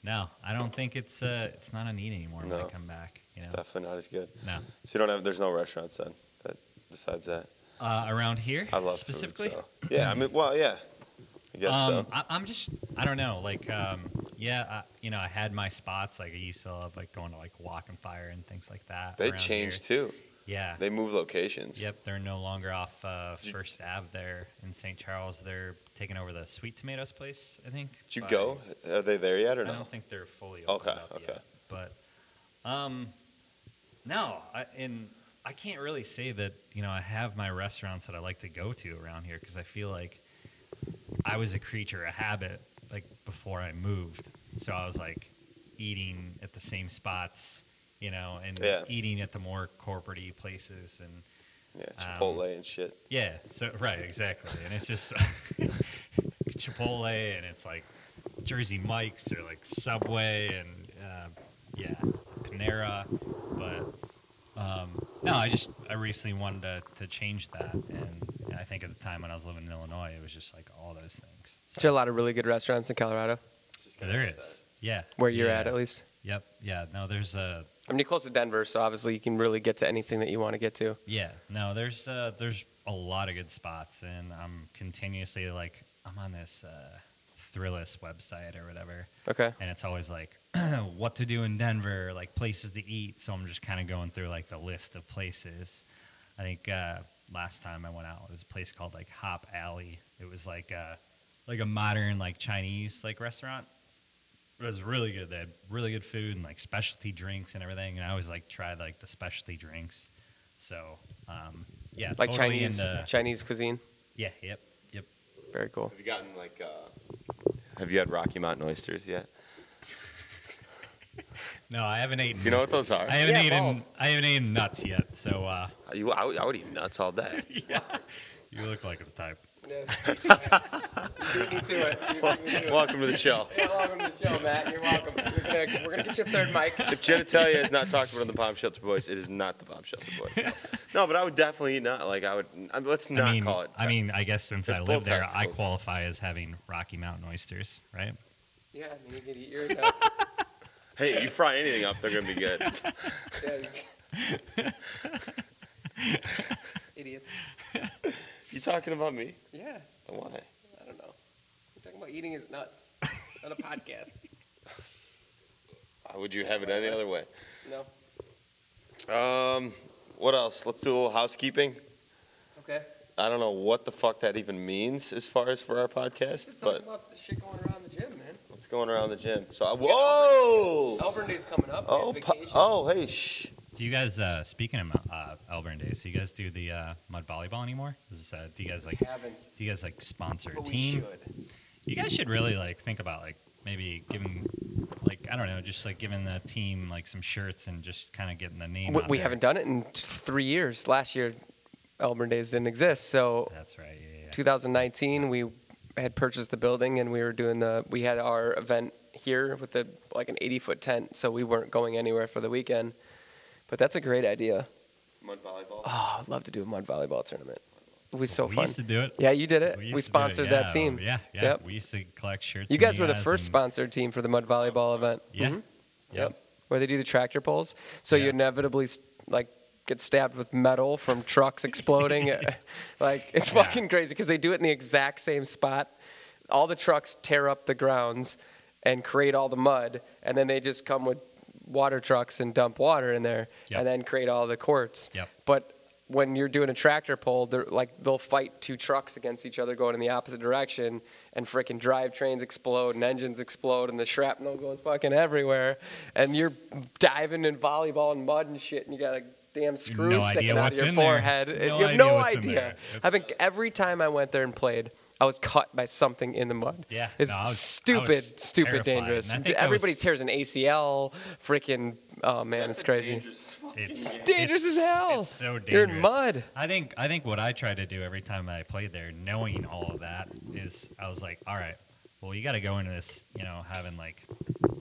S3: no, I don't think it's uh it's not a need anymore when I
S5: No.
S3: come back. You know.
S5: Definitely not as good.
S3: No.
S5: So you don't have. There's no restaurants then. That besides that,
S3: Uh, around here.
S5: I love
S3: specifically.
S5: food. So. Yeah. I mean, well, yeah. I guess so.
S3: Um, I, I'm just, I don't know. Like, um, yeah, I, you know, I had my spots. Like, I used to love like going to like Walk and Fire and things like that.
S5: They
S3: around
S5: changed
S3: here.
S5: too.
S3: Yeah.
S5: They moved locations.
S3: yep. They're no longer off uh, First Ave there in St. Charles. They're taking over the Sweet Tomatoes place, I think.
S5: Did you
S3: by-
S5: go? Are they there yet or
S3: I
S5: no?
S3: don't think they're fully opened
S5: Okay,
S3: up
S5: okay.
S3: yet. But, um, no, I, and I can't really say that you know I have my restaurants that I like to go to around here because I feel like I was a creature of habit like before I moved, so I was like eating at the same spots, you know, and
S5: Yeah.
S3: eating at the more corporate places and.
S5: yeah,
S3: um,
S5: Chipotle and shit.
S3: Yeah. So right, exactly, and it's just Chipotle, and it's like Jersey Mike's or like Subway, and uh, yeah, Panera. But um, no, I just I recently wanted to, to change that, and, and I think at the time when I was living in Illinois, it was just like all those things.
S4: There's a lot of really good restaurants in Colorado,
S3: So there is, yeah.
S4: where you're
S3: yeah.
S4: at at least.
S3: Yep. Yeah. No, there's a
S4: I mean, you're close to Denver, so obviously you can really get to anything that you want to get to.
S3: yeah. No, there's uh, there's a lot of good spots, and I'm continuously like I'm on this uh, Thrillist website or whatever.
S4: Okay.
S3: And it's always like what to do in Denver, like places to eat. So I'm just kind of going through like the list of places. I think uh, last time I went out, it was a place called like Hop Alley. It was like a, like a modern like Chinese like restaurant. It was really good. They had really good food and like specialty drinks and everything. And I always like tried like the specialty drinks. So um, yeah,
S4: Like
S3: totally
S4: Chinese
S3: into-
S4: Chinese cuisine.
S3: yeah, yep, yep.
S4: Very cool.
S5: Have you gotten like? Uh, have you had Rocky Mountain oysters yet?
S3: No, I haven't eaten.
S5: Do you know what those are?
S3: I haven't
S4: Yeah,
S3: eaten.
S4: balls.
S3: I haven't eaten nuts yet. So uh,
S5: You, I, would, I would eat nuts all day.
S3: yeah, you look like the type.
S4: Beat me to it. You beat me to it.
S5: Welcome to the show.
S4: Yeah, welcome to the show, Matt. You're welcome. We're gonna, we're gonna get you a third mic.
S5: If genitalia is not talked about on the Bomb Shelter Boys, it is not the Bomb Shelter Boys. No, but I would definitely not. Like I would. I- Let's not
S3: I mean,
S5: call it.
S3: I mean, I guess since
S5: It's
S3: I
S5: bull
S3: live there, I
S5: testicles.
S3: qualify as having Rocky Mountain oysters, right?
S4: Yeah, I mean, you can eat your nuts.
S5: hey, you fry anything up, they're gonna be good.
S4: Yeah, you- Idiots.
S5: You talking about me?
S4: Yeah,
S5: Why?
S4: I don't know. We're talking about eating his nuts on a podcast.
S5: Why would you have it any other way?
S4: No.
S5: Um, what else? Let's do a little housekeeping.
S4: Okay.
S5: I don't know what the fuck that even means as far as for our podcast,
S4: Just talking
S5: but
S4: about the shit going around the gym, man.
S5: what's going around the gym? So I, whoa!
S4: Auburn Day's coming up.
S5: Oh,
S4: man,
S5: pa-
S4: vacation.
S5: oh, hey, shh.
S3: Do you guys, uh, speaking of uh, Elburn Days, do you guys do the uh, mud volleyball anymore? Is this, uh, do you guys like?
S4: Haven't.
S3: Do you guys like sponsor a
S4: But we
S3: team?
S4: should.
S3: You guys should really like think about like maybe giving, like I don't know, just like giving the team like some shirts and just kind of getting the name.
S4: We,
S3: out
S4: we
S3: there.
S4: haven't done it in t- three years. Last year, Auburn Days didn't exist, so
S3: That's right. Yeah, yeah, yeah.
S4: 2019 we had purchased the building and we were doing the we had our event here with the like an 80 foot tent so we weren't going anywhere for the weekend but that's a great idea
S5: Mud volleyball.
S4: oh i'd love to do a mud volleyball tournament it was so
S3: We
S4: fun
S3: used to do it.
S4: yeah you did it
S3: We
S4: we,
S3: used to do it,
S4: sponsored
S3: yeah,
S4: that team
S3: Yeah, yeah.
S4: Yep.
S3: We used to collect shirts.
S4: you
S3: from
S4: guys were the
S3: guys
S4: first
S3: and-
S4: sponsored team for the mud volleyball event
S3: Yeah.
S4: Mhm.
S3: Yep.
S4: where they do the tractor pulls so you
S3: Yeah.
S4: inevitably s- like get stabbed with metal from trucks exploding like it's
S3: Yeah.
S4: fucking crazy because they do it in the exact same spot all the trucks tear up the grounds and create all the mud and then they just come with water trucks and dump water in there
S3: Yep.
S4: and then create all the courts
S3: Yep.
S4: but when you're doing a tractor pull, they're like they'll fight two trucks against each other going in the opposite direction, and frickin' drivetrains explode and engines explode and the shrapnel goes fucking everywhere, and you're diving in volleyball and mud and shit, and you got a damn screw
S3: no
S4: sticking
S3: idea
S4: out of
S3: what's
S4: your
S3: in there.
S4: forehead. and
S3: No
S4: you have
S3: idea
S4: no
S3: what's in
S4: idea.
S3: there.
S4: I think every time I went there and played. I was caught by something in the mud.
S3: Yeah,
S4: it's
S3: no, I was- I was
S4: stupid, stupid,
S3: terrified,
S4: dangerous.
S3: and I think that
S4: Everybody
S3: was-
S4: tears an ACL. Freaking, oh man, it's crazy.
S3: It's
S4: dangerous as
S3: it's-
S4: hell.
S3: It's so dangerous.
S4: You're in mud.
S3: I think I think what I tried to do every time I played there, knowing all of that, is I was like, all right, well, you got to go into this, you know, having like,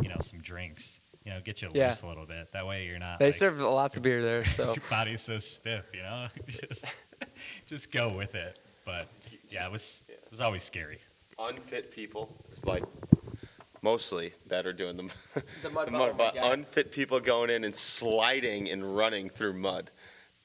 S3: you know, some drinks, you know, get you
S4: Yeah.
S3: loose a little bit. That way you're not.
S4: They
S3: like,
S4: serve lots of beer there, so
S3: Your body's so stiff, you know. just just go with it. But yeah, it was it was always scary.
S5: unfit people it's like mostly that are doing the,
S4: The mud
S5: mud
S4: bottle,
S5: bo-
S4: yeah.
S5: unfit people going in and sliding and running through mud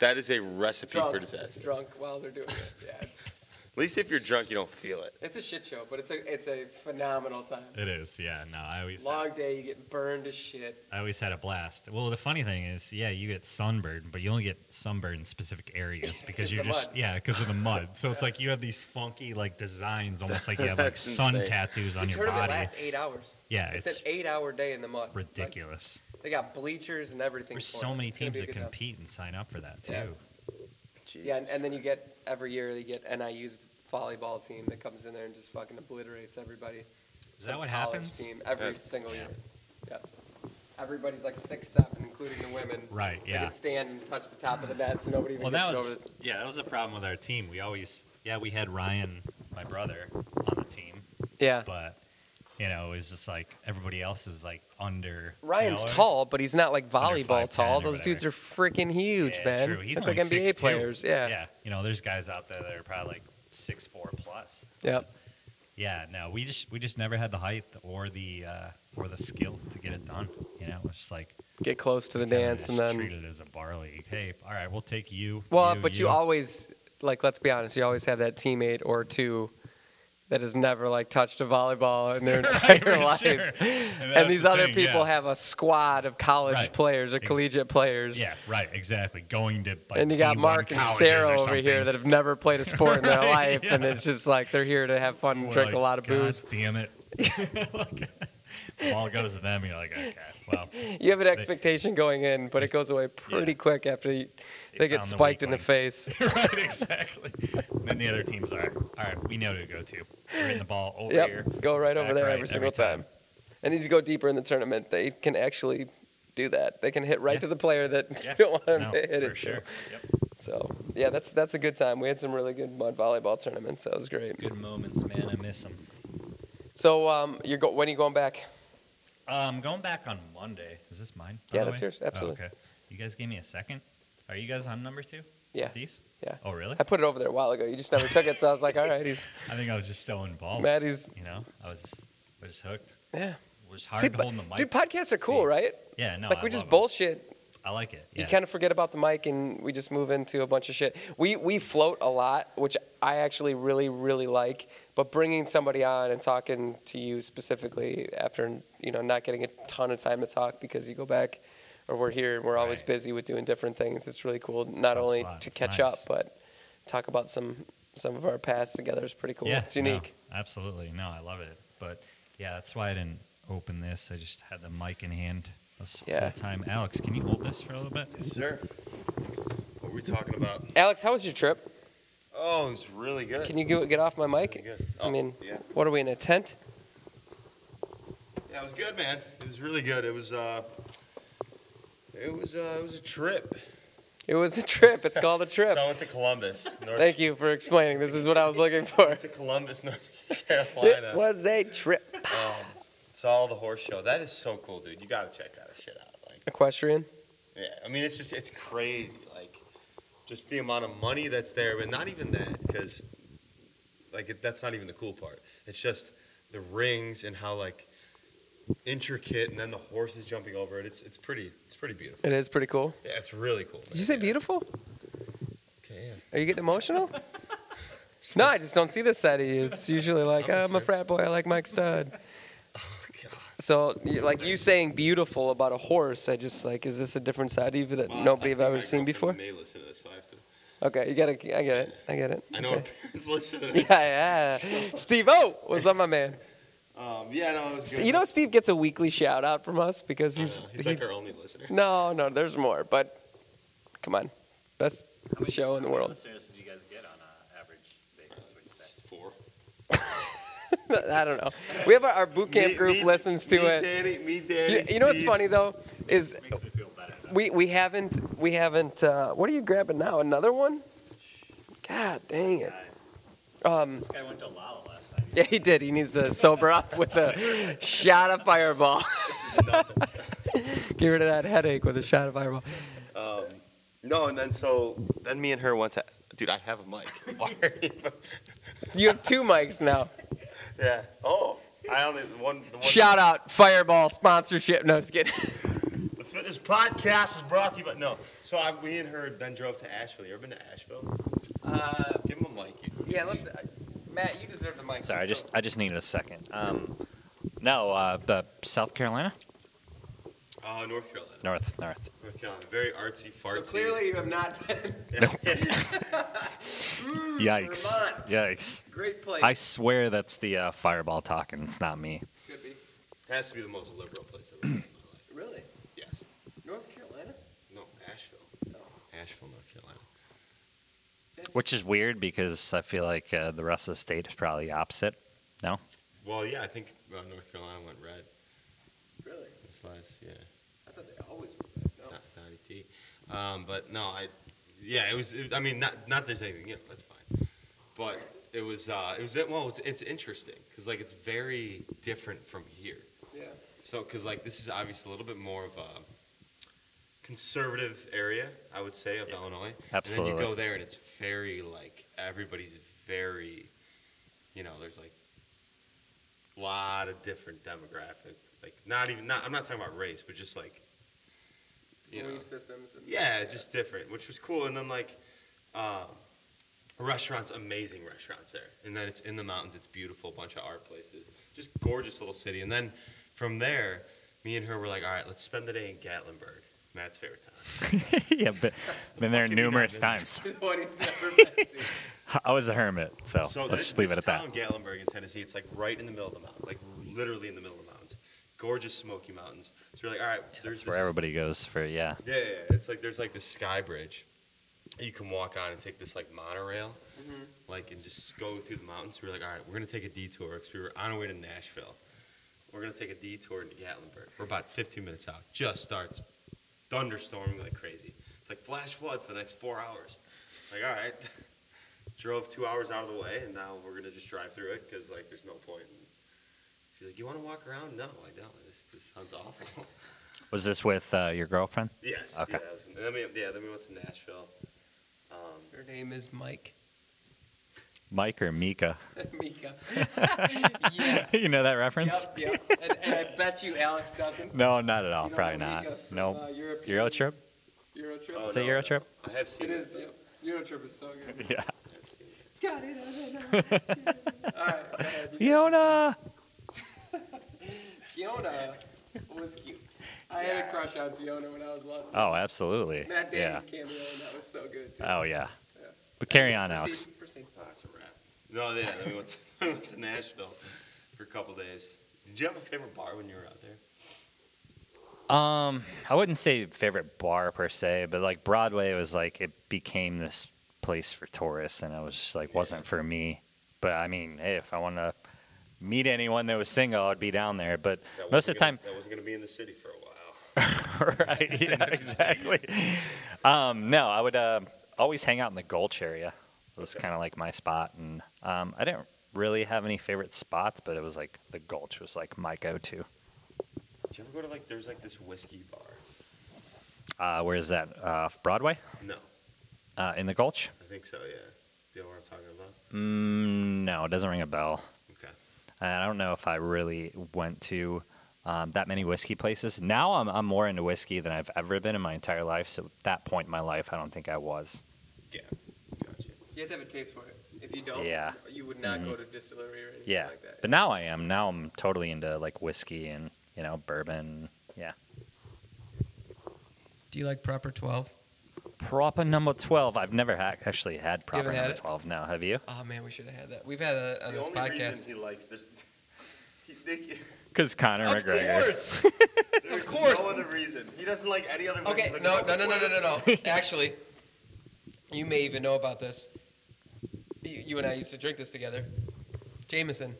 S5: that is a recipe for disaster
S4: drunk while they're doing it. Yeah, it's
S5: at least if you're drunk you don't feel it
S4: it's a shit show, but it's a it's a phenomenal time.
S3: It is, yeah. No, I always
S4: Long day, you get burned as shit.
S3: I always had a blast. Well, the funny thing is, yeah, you get sunburned, but you only get sunburned in specific areas because you're
S4: the
S3: just
S4: mud.
S3: yeah, because of the mud. So it's like you have these funky like designs, almost like you have like
S5: That's
S3: sun
S5: insane.
S3: tattoos on
S4: the
S3: your
S4: tournament
S3: body.
S4: lasts eight hours.
S3: Yeah,
S4: it's,
S3: it's
S4: an eight-hour day in the mud. Like,
S3: Ridiculous.
S4: they got bleachers and everything.
S3: There's
S4: for
S3: so
S4: it.
S3: many
S4: It's gonna
S3: teams
S4: be a
S3: that
S4: good time.
S3: compete and sign up for that too.
S4: Yeah. Yeah, and, and then you get every year they get NIU's volleyball team that comes in there and just fucking obliterates everybody.
S3: Is that
S4: Some
S3: what
S4: college
S3: happens?
S4: Team every
S5: Yeah.
S4: single year. Yeah. Everybody's like six seven, including the women.
S3: Right,
S4: They
S3: yeah.
S4: can stand and touch the top of the net, so nobody even
S3: Well,
S4: gets
S3: that
S4: it
S3: was
S4: over. The,
S3: yeah, that was a problem with our team. We always yeah, we had Ryan, my brother, on the team,
S4: yeah.
S3: but you know it was just like everybody else was like under. you
S4: Ryan's
S3: know,
S4: tall, but he's not like
S3: Under
S4: volleyball
S3: 5'10"
S4: tall.
S3: or
S4: Those dudes are
S3: whatever.
S4: freaking huge,
S3: Yeah,
S4: man.
S3: True. He's
S4: Look
S3: only
S4: like NBA
S3: 6'2".
S4: players. Yeah.
S3: Yeah. You know, there's guys out there that are probably like six four plus.
S4: Yep.
S3: Yeah, no, we just we just never had the height or the uh, or the skill to get it done. You know, it was just like
S4: Get close to the
S3: kinda
S4: dance and
S3: just
S4: then.
S3: treated as a bar league. Hey, all right, we'll take you.
S4: Well, but you always like. Let's be honest. You always have that teammate or two that has never like touched a volleyball in their
S3: Right,
S4: entire
S3: for
S4: life,
S3: sure. And
S4: and,
S3: that's
S4: these
S3: the
S4: other
S3: thing,
S4: people
S3: yeah.
S4: have a squad of college
S3: Right.
S4: players or
S3: Ex-
S4: collegiate players.
S3: Yeah, right, exactly. Going to like,
S4: And you got
S3: D1
S4: Mark and
S3: colleges or
S4: Sarah over here
S3: something.
S4: that have never played a sport in their
S3: Right,
S4: life, and
S3: yeah.
S4: it's just like they're here to have fun and
S3: We're
S4: drink
S3: like,
S4: a lot of
S3: "God
S4: booze.
S3: Damn it! like, all goes to them. You're like, okay, well,
S4: You have an expectation going in, but it goes away pretty quick after you, they get
S3: found the
S4: spiked in the
S3: weak
S4: face.
S3: right, exactly. And then the other team's are all right. We know who to go to. We're hitting the ball over
S4: Yep,
S3: here.
S4: go right over
S3: back
S4: there
S3: right,
S4: every single time. And as you go deeper in the tournament, they can actually do that. They can hit right
S3: Yeah.
S4: to the player that
S3: Yeah.
S4: you don't want them
S3: No,
S4: to hit
S3: for
S4: it
S3: sure.
S4: to.
S3: Yep.
S4: So yeah, that's that's a good time. We had some really good mud volleyball tournaments. That was great.
S3: Good moments, man. I miss them.
S4: So um, you're go- when are you going back?
S3: Um, going back on Monday. Is this mine? by
S4: Yeah,
S3: the
S4: that's
S3: way?
S4: yours, absolutely.
S3: Oh, okay. You guys gave me a second. Are you guys on number two?
S4: Yeah.
S3: These?
S4: Yeah.
S3: Oh, really?
S4: I put it over there a while ago. You just never took it, so I was like, all right, he's
S3: I think I was just so involved.
S4: Maddie's.
S3: You know, I was just, I was hooked.
S4: Yeah.
S3: It was hard
S4: See, but-
S3: holding the mic.
S4: dude, podcasts are cool,
S3: See.
S4: right?
S3: Yeah, no,
S4: like
S3: I
S4: we just
S3: love 'em.
S4: bullshit.
S3: I like it.
S4: You
S3: yeah.
S4: kind of forget about the mic and we just move into a bunch of shit. We we float a lot, which I actually really really like. But bringing somebody on and talking to you specifically after you know not getting a ton of time to talk because you go back or we're here and we're always
S3: Right.
S4: busy with doing different things. It's really cool not only
S3: lot.
S4: to
S3: It's
S4: catch
S3: nice.
S4: up but talk about some some of our past together is pretty cool.
S3: Yeah,
S4: it's unique.
S3: No, absolutely. No, I love it. But yeah, that's why I didn't open this. I just had the mic in hand this
S4: Yeah.
S3: whole time. Alex, can you hold this for a little bit?
S5: Sir, what were we talking about?
S4: Alex, how was your trip?
S5: Oh, it's really good.
S4: Can you get, get off my mic?
S5: Good.
S4: I
S5: Oh,
S4: mean,
S5: yeah.
S4: what are we in a tent?
S5: Yeah, it was good, man. It was really good. It was uh, it was uh, it was a trip.
S4: It was a trip. It's called a trip.
S5: So I went to Columbus, North
S4: Thank you for explaining. This is what I was looking for.
S5: to Columbus, North Carolina.
S4: It was a trip.
S5: Saw the horse show. That is so cool, dude. You gotta check that shit out. Like,
S4: Equestrian.
S5: yeah, I mean, it's just it's crazy. Like, just the amount of money that's there, but not even that, because like it, that's not even the cool part. It's just the rings and how like intricate, and then the horses jumping over it. It's it's pretty it's pretty beautiful.
S4: It is pretty cool.
S5: Yeah, it's really cool.
S4: Did you say beautiful?
S5: Okay, yeah.
S4: Are you getting emotional? No, I just don't see this side of you. It's usually like I'm a frat boy. I like Mike Stud.
S5: Oh, God.
S4: So, you- like you saying beautiful about a horse, I just like, is this a different side of you that
S5: Well, I-
S4: nobody
S5: I
S4: have
S5: think
S4: ever
S5: my
S4: seen
S5: girlfriend
S4: before?
S5: May listen to this, so I have to.
S4: Okay, you gotta. I get it. I get it.
S5: I know her
S4: Okay.
S5: parents listen to this.
S4: Yeah, yeah. Steve O was on my man.
S5: Um, yeah, no, it was good.
S4: You know, Steve gets a weekly shout out from us because he's,
S5: he's like our only listener.
S4: No, no, there's more, but come on. Best show in the world.
S3: listeners did you guys get on an average basis? What you say?
S5: Four.
S4: I don't know. We have our, our boot camp
S5: Me-
S4: group
S5: me-
S4: listens to
S5: me,
S4: it.
S5: Danny, me, Danny,
S4: You, you know what's
S5: Steve.
S4: funny though is
S3: Makes me feel better.
S4: we we haven't we haven't. Uh, what are you grabbing now? Another one? God dang it!
S3: This guy went to Lala last night.
S4: Yeah, he did. He needs to sober up with a shot of Fireball. Get rid of that headache with a shot of Fireball.
S5: No, and then so then me and her once. Dude, I have a mic. Why are you-
S4: You have two mics now.
S5: yeah. Oh, I only the one. The one
S4: Shout out Fireball sponsorship. No, just kidding.
S5: The fitness podcast is brought to you, but no. So I, me and her then drove to Asheville. You ever been to Asheville? Uh, Give him a mic. You.
S4: Yeah, let's. Uh, Matt, you deserve the mic.
S6: Sorry, I just I just needed a second. Um, no, uh, the South Carolina,
S5: Uh, North Carolina.
S6: North, North.
S5: North Carolina. Very artsy, fartsy.
S4: you have not been.
S6: Yikes!
S4: Vermont.
S6: Yikes!
S4: Great place.
S6: I swear that's the uh, fireball talking. It's not me.
S4: Could be.
S5: Has to be the most liberal place I've ever been in my life.
S4: Really?
S5: Yes.
S4: North Carolina?
S5: No, Asheville. Asheville, North Carolina.
S6: Which is weird because I feel like uh, the rest of the state is probably opposite. No,
S5: Well, yeah, I think uh, North Carolina went red
S4: Really?
S5: this last, yeah,
S4: I thought they always were.
S5: not Dottie T. Um, but no, I, yeah, it was. It, I mean, not not there's anything, you know, that's fine. But it was, uh, it was well, it's, it's interesting because like it's very different from here.
S4: Yeah.
S5: So, because like this is obviously a little bit more of a conservative area, I would say, of Illinois. And
S6: Absolutely.
S5: then you go there and it's very like everybody's very, you know, there's like lot of different demographic. Like not even not. I'm not talking about race, but just like you know.
S7: Belief systems. And
S5: Yeah, just different, which was cool. And then like, um, restaurants, amazing restaurants there. And then it's in the mountains. It's beautiful, bunch of art places, just gorgeous little city. And then from there, me and her were like, all right, let's spend the day in Gatlinburg, Matt's favorite town.
S3: yeah, but been there
S5: Fuck have you not
S3: numerous
S5: been there?
S3: times.
S7: What he's never been to.
S3: I was a hermit, so,
S5: So
S3: let's
S5: this,
S3: just leave
S5: this
S3: it at
S5: town,
S3: that.
S5: Gatlinburg in Tennessee, it's like right in the middle of the mountain, like literally in the middle of the mountains. Gorgeous Smoky Mountains. So we're like, all right, there's
S3: That's where
S5: this-
S3: everybody goes for yeah.
S5: Yeah, yeah, yeah. it's like there's like this sky bridge that you can walk on and take this like monorail, like and just go through the mountains. We were like, all right, we're gonna take a detour because we were on our way to Nashville. We're gonna take a detour into Gatlinburg. We're about 15 minutes out. Just starts thunderstorming like crazy. It's like flash flood for the next four hours. Like, all right, drove two hours out of the way, and now we're gonna just drive through it because like there's no point. And she's like, you want to walk around? No, I don't. This this sounds awful.
S3: Was this with uh, your girlfriend?
S5: Yes.
S3: Okay.
S5: Yeah, that was- and then we, yeah, then we went to Nashville.
S7: Her name is Mike.
S3: Mike or Mika?
S7: Mika.
S3: you know that reference?
S7: Yep, yep. And, and I bet you Alex doesn't.
S3: No, not at all.
S7: You don't
S3: Probably
S7: know
S3: not.
S7: Mika from,
S3: no.
S7: uh, European-
S3: Euro trip?
S7: Eurotrip.
S5: Oh,
S3: Is it
S5: no,
S3: Euro trip?
S5: I have seen
S7: It
S5: it.
S7: is. Yep. Eurotrip is so good.
S3: Yeah.
S5: I've seen it.
S7: Scotty, da, da, da. All right. Go ahead. You-
S3: Fiona.
S7: Fiona was cute. I had a crush on Fiona when I was little.
S3: Oh, absolutely.
S7: Matt
S3: Yeah.
S7: Damon's cameo, and that was so good too.
S3: Oh yeah. But carry on, Alex.
S7: Proceed, proceed.
S5: Oh, that's a wrap. No, yeah, then we went to, we went to Nashville for a couple days. Did you have a favorite bar when you were out there?
S3: Um, I wouldn't say favorite bar per se, but like Broadway was like it became this place for tourists, and it was just like wasn't for me. But I mean, hey, if I want to meet anyone that was single, I'd be down there. But
S5: That
S3: most
S5: wasn't
S3: of the
S5: gonna-
S3: time,
S5: that wasn't going to be in the city for a while.
S3: right? Yeah, exactly. Um, no, I would uh, always hang out in the Gulch area. It was kind of like my spot, and um, I didn't really have any favorite spots, but it was like the Gulch was like my go-to.
S5: Did you ever go to like there was like this whiskey bar?
S3: Uh, where is that? Uh, off Broadway
S5: No,
S3: uh, in the Gulch.
S5: I think so. Yeah, do you know what I'm talking about?
S3: Mm, no, it doesn't ring a bell.
S5: Okay.
S3: And I don't know if I really went to um, that many whiskey places. Now I'm, I'm more into whiskey than I've ever been in my entire life. So at that point in my life, I don't think I was.
S5: Yeah. Gotcha.
S7: You have to have a taste for it. If you don't,
S3: Yeah. Mm-hmm.
S7: you would not go to distillery or anything
S3: Yeah.
S7: like that.
S3: But now I am. Now I'm totally into like whiskey and, you know, bourbon. Yeah.
S4: Do you like proper 12?
S3: Proper number 12. I've never ha- actually had proper
S4: haven't had
S3: number
S4: it?
S3: 12 now. Have you?
S4: Oh man, we should have had that. We've had a on
S8: The
S4: this
S8: only
S4: podcast.
S8: reason he likes this. He, they,
S3: Because Conor
S4: Of
S3: McGregor.
S4: course.
S8: there's
S4: course.
S8: no other reason. He doesn't like any other.
S4: Okay,
S8: reason.
S4: no, no, no, no, no, no, no. Actually, you may even know about this. You, you and I used to drink this together. Jameson.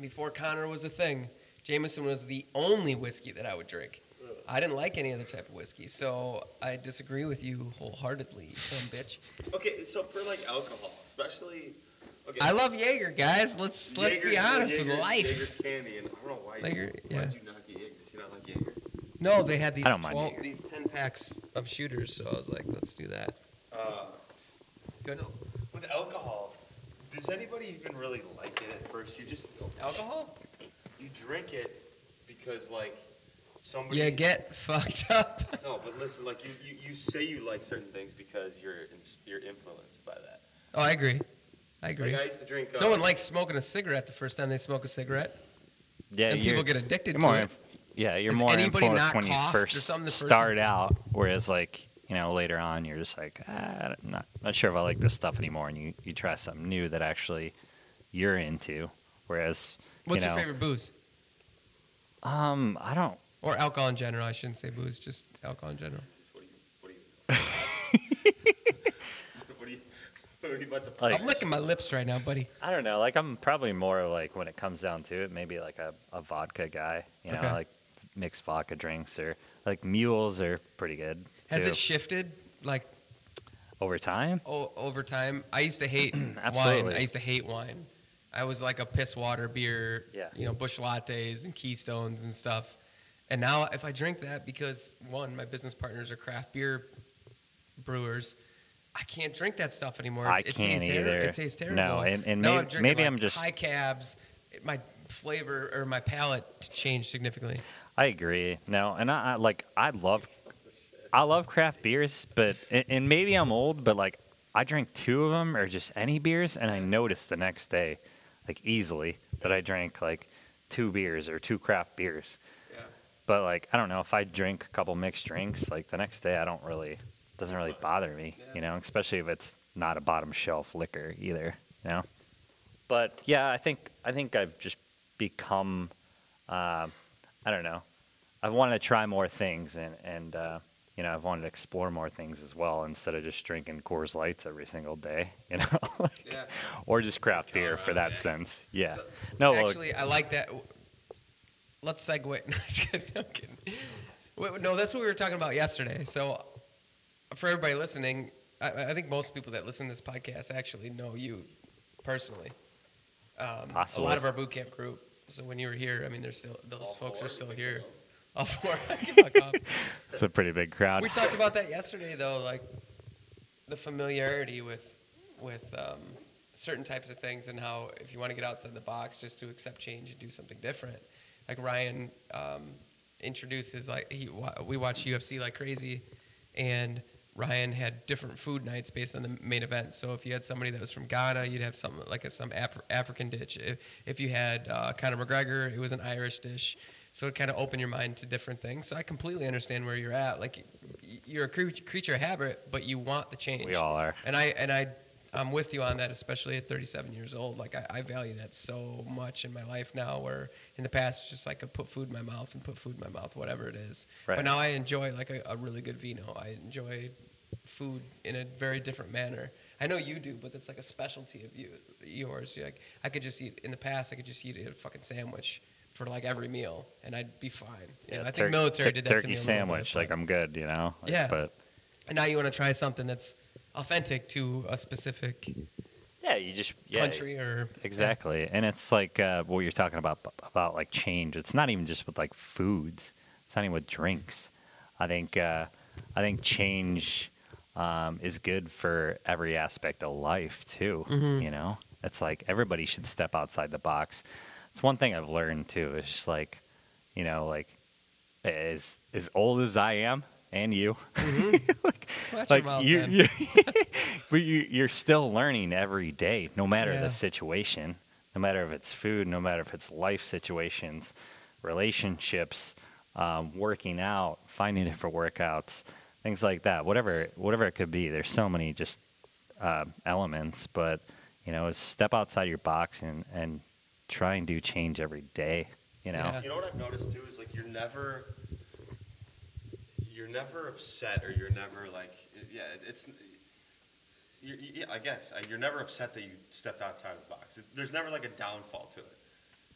S4: Before Connor was a thing, Jameson was the only whiskey that I would drink. I didn't like any other type of whiskey, so I disagree with you wholeheartedly, you some bitch.
S8: Okay, so for like alcohol, especially. Okay,
S4: I love Jaeger, guys. Let's let's be
S8: Jaeger's-
S4: honest with
S8: Jaeger's-
S4: life.
S8: Jaeger's candy, and I don't know why.
S4: Jaeger,
S8: why
S4: yeah.
S8: did you not get Jaeger? Does he not like Jaeger?
S4: No, they had these
S3: I don't mind
S4: 12,
S3: Jaeger.
S4: these ten packs of shooters, so I was like, let's do that. Good.
S8: With alcohol, does anybody even really like it at first? You just
S4: Alcohol?
S8: you drink it because like somebody.
S4: You get fucked up.
S8: No, but listen, like you, you, you say you like certain things because you're in, you're influenced by that.
S4: Oh, I agree. I agree.
S8: Like I used to drink. Uh,
S4: no one likes smoking a cigarette the first time they smoke a cigarette.
S3: Yeah,
S4: And
S3: you're-
S4: people get addicted
S3: you're more
S4: to it.
S3: inf- yeah, you're
S4: Has
S3: more
S4: anybody
S3: influenced
S4: not
S3: when you
S4: coughed or
S3: first
S4: something the first
S3: start
S4: time?
S3: out, whereas like you know later on you're just like ah, I'm not not sure if I like this stuff anymore, and you you try something new that actually you're into. Whereas
S4: What's
S3: you know,
S4: your favorite booze?
S3: Um, I don't.
S4: Or alcohol in general. I shouldn't say booze, just alcohol in general.
S8: What are you? What are you? what are you? What are you about to?
S3: Like,
S4: I'm licking my lips right now, buddy.
S3: I don't know. Like I'm probably more like when it comes down to it, maybe like a, a vodka guy. You know,
S4: Okay.
S3: like mixed vodka drinks or like mules are pretty good
S4: Has
S3: too.
S4: it shifted like
S3: over time?
S4: o- over time? I used to hate wine.
S3: Absolutely.
S4: I used to hate wine. I was like a piss water beer,
S3: Yeah.
S4: you know, bush lattes and keystones and stuff. And now if I drink that because one, my business partners are craft beer brewers, I can't drink that stuff anymore.
S3: I
S4: It
S3: can't
S4: tastes ter-
S3: either.
S4: It tastes terrible.
S3: No, and- and
S4: Now
S3: may-
S4: I'm drinking,
S3: maybe
S4: like,
S3: I'm just-
S4: high cabs. It- My flavor or my palate changed significantly.
S3: I agree. No, and I, I like I love I love craft beers, but and, and maybe I'm old, but like I drank two of them or just any beers, and I noticed the next day, like easily, that I drank like two beers or two craft beers.
S4: Yeah.
S3: But like I don't know if I drink a couple mixed drinks, like the next day I don't really doesn't really bother me, you know, especially if it's not a bottom shelf liquor either, you know. But yeah, I think I think I've just become uh, I don't know. I've wanted to try more things, and and uh, you know, I've wanted to explore more things as well instead of just drinking Coors Lights every single day, you know, like,
S4: Yeah. uh,
S3: or just craft beer for that
S5: Colorado,
S3: sense. Yeah. No, well,
S4: Actually, I like that. Let's segue. No, I'm just kidding. I'm kidding. Wait, no, that's what we were talking about yesterday. So, for everybody listening, I, I think most people that listen to this podcast actually know you personally. Um, a
S3: Possibly.
S4: lot of our boot camp group. So when you were here, I mean, there's still those folks are still here. All four. Fuck off.
S3: it's a pretty big crowd.
S4: We talked about that yesterday, though, like the familiarity with with um, certain types of things, and how if you want to get outside the box, just to accept change and do something different. Like Ryan um, introduces, like he wa- we watch UFC like crazy, and Ryan had different food nights based on the main event. So if you had somebody that was from Ghana, you'd have some like a, some Af- African dish. If, if you had uh, Conor McGregor, it was an Irish dish. So it kind of opened your mind to different things. So I completely understand where you're at. Like y- you're a crea- creature of habit, but you want the change.
S3: We all are.
S4: And I and I I'm with you on that, especially at 37 years old. Like I, I value that so much in my life now. Where in the past, it's just like I put food in my mouth and put food in my mouth, whatever it is.
S3: Right.
S4: But now I enjoy like a, a really good vino. I enjoy food in a very different manner. I know you do, but that's like a specialty of you yours. You're like I could just eat in the past, I could just eat a fucking sandwich for like every meal, and I'd be fine. You know, I think
S3: Tur-
S4: military
S3: tur-
S4: did that to
S3: turkey
S4: me a little bit,
S3: sandwich.
S4: but-
S3: like I'm good, you know. Like,
S4: Yeah.
S3: But
S4: and now you want to try something that's authentic to a specific
S3: yeah, you just yeah,
S4: country or
S3: Exactly, and it's like uh, what you're talking about about like change. It's not even just with like foods. It's not even with drinks. I think uh, I think change um, is good for every aspect of life too.
S4: Mm-hmm.
S3: You know, it's like everybody should step outside the box. It's one thing I've learned too. It's just like, you know, like as as old as I am and you, like,
S4: Watch Mm-hmm. your
S3: like
S4: mouth,
S3: you,
S4: man.
S3: you but you, you're still learning every day, no matter
S4: Yeah.
S3: the situation, no matter if it's food, no matter if it's life situations, relationships, um, working out, finding different workouts, things like that. Whatever, whatever it could be. There's so many just uh, elements, but you know, is step outside your box and and try and do change every day. You know,
S4: Yeah.
S5: You know what I've noticed too is like you're never, you're never upset or you're never like, yeah, it's, you're, yeah, I guess uh, you're never upset that you stepped outside of the box. It, there's never like a downfall to it.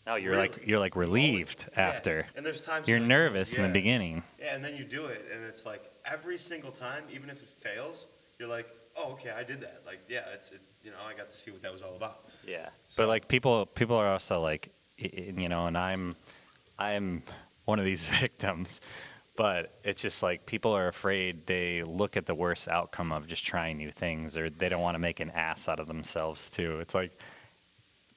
S3: now you're
S5: Really?
S3: like you're like relieved
S5: Yeah,
S3: after.
S5: And there's times
S3: You're
S5: like-
S3: nervous in
S5: yeah.
S3: the beginning.
S5: Yeah, and then you do it, and it's like every single time, even if it fails, you're like, oh, okay, I did that. Like, yeah, it's it, you know, I got to see what that was all about.
S3: Yeah.
S5: So-
S3: But like people, people are also like, i- i- you know, and I'm, I'm one of these victims. But it's just like people are afraid. They look at the worst outcome of just trying new things, or they don't want to make an ass out of themselves too. It's like,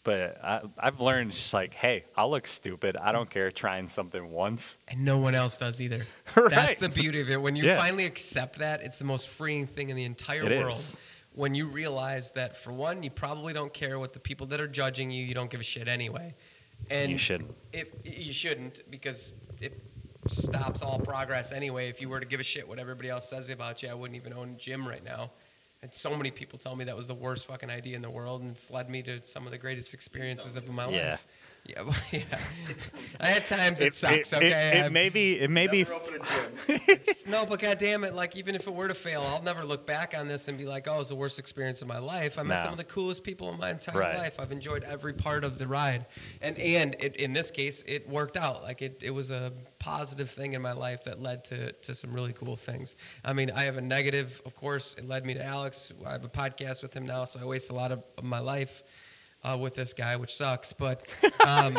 S3: but I, I've learned just like, hey, I'll look stupid. I don't care trying something once.
S4: and no one else does either. That's
S3: Right.
S4: the beauty of it. When you
S3: Yeah.
S4: finally accept that, it's the most freeing thing in the entire
S3: It
S4: world.
S3: is.
S4: When you realize that, for one, you probably don't care what the people that are judging you, you don't give a shit anyway. And
S3: You shouldn't.
S4: If you shouldn't, because it stops all progress anyway. If you were to give a shit what everybody else says about you, I wouldn't even own a gym right now. And so many people tell me that was the worst fucking idea in the world, and it's led me to some of the greatest experiences of my
S3: Yeah.
S4: life. Yeah, well, yeah. I had times it,
S3: It-
S4: sucks.
S3: It,
S4: okay,
S3: it, it
S4: I've-
S3: may be. It may be.
S9: Never open a gym.
S4: no, but goddamn it, like even if it were to fail, I'll never look back on this and be like, oh, it was the worst experience of my life. I met
S3: No.
S4: some of the coolest people in my entire
S3: Right.
S4: life. I've enjoyed every part of the ride, and and it, in this case, it worked out. Like it, it was a positive thing in my life that led to to some really cool things. I mean, I have a negative, of course. It led me to Alex. I have a podcast with him now, so I waste a lot of, of my life. Uh, with this guy, which sucks, but um,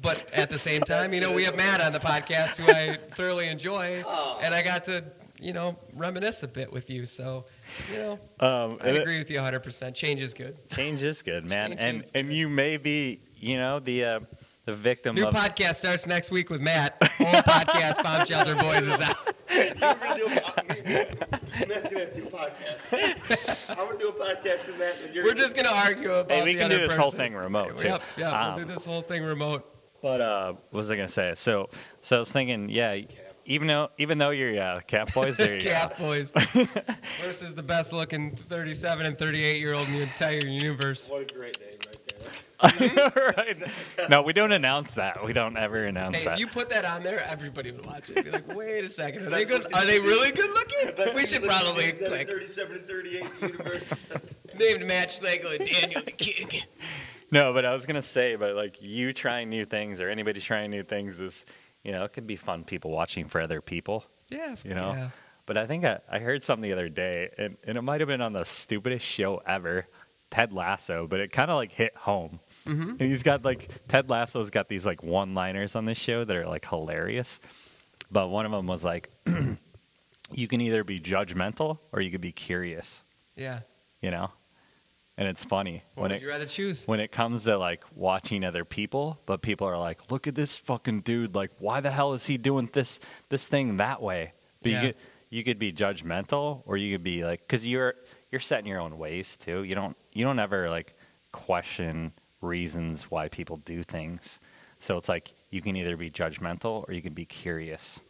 S4: but at the same time, you know, we have Matt on the podcast who I thoroughly enjoy, and I got to, you know, reminisce a bit with you. So, you know,
S3: Um,
S4: I
S3: and it-
S4: agree with you 100%. Change is good.
S3: Change is good, man.
S4: Change
S3: and
S4: is
S3: and you may be you know, the uh, the victim
S4: New
S3: of
S4: podcast starts next week with Matt. Old podcast, Bomb Shelter Boys is out.
S10: You're gonna do a po- me- me- Matt's gonna have two podcasts. I'm gonna do a podcast in that, and you're
S4: We're just gonna argue about.
S3: Hey, we
S4: the
S3: can do
S4: other
S3: this whole
S4: person.
S3: thing remote too.
S4: Yep, yeah,
S3: Um,
S4: we'll do this whole thing remote.
S3: But uh, what was I gonna say? So, so I was thinking, yeah, even though even though you're yeah, cat boys, there you
S4: Cat
S3: go.
S4: boys versus the best looking 37 and 38 year old in the entire universe.
S10: What a great name right there.
S3: right? No, we don't announce that. We don't ever announce
S4: Hey,
S3: that.
S4: if you put that on there, everybody would watch it. Be like, wait a second, are they
S10: Best
S4: good?
S10: looking
S4: Are they
S10: city.
S4: really good looking?
S10: Best
S4: We should
S10: living
S4: probably
S10: names out of
S4: click.
S10: 37 and 38 universe. That's-
S4: Named Match Slagle and Daniel the King.
S3: No, but I was gonna say, but like you trying new things or anybody trying new things is, you know, it could be fun. People watching for other people,
S4: Yeah,
S3: you know.
S4: yeah.
S3: But I think I, I heard something the other day, and, and it might have been on the stupidest show ever, Ted Lasso, but it kind of like hit home.
S4: Mm-hmm.
S3: And he's got like Ted Lasso's got these like one-liners on this show that are like hilarious. But one of them was like, you can either be judgmental or you could be curious,
S4: Yeah.
S3: you know. And it's funny
S4: What would you rather choose?
S3: when it comes to like watching other people, but people are like, look at this fucking dude. Like, why the hell is he doing this this thing that way? But
S4: Yeah.
S3: you could you could be judgmental, or you could be like, because you're you're set in your own ways too. You don't you don't ever like question reasons why people do things. So it's like you can either be judgmental or you can be curious.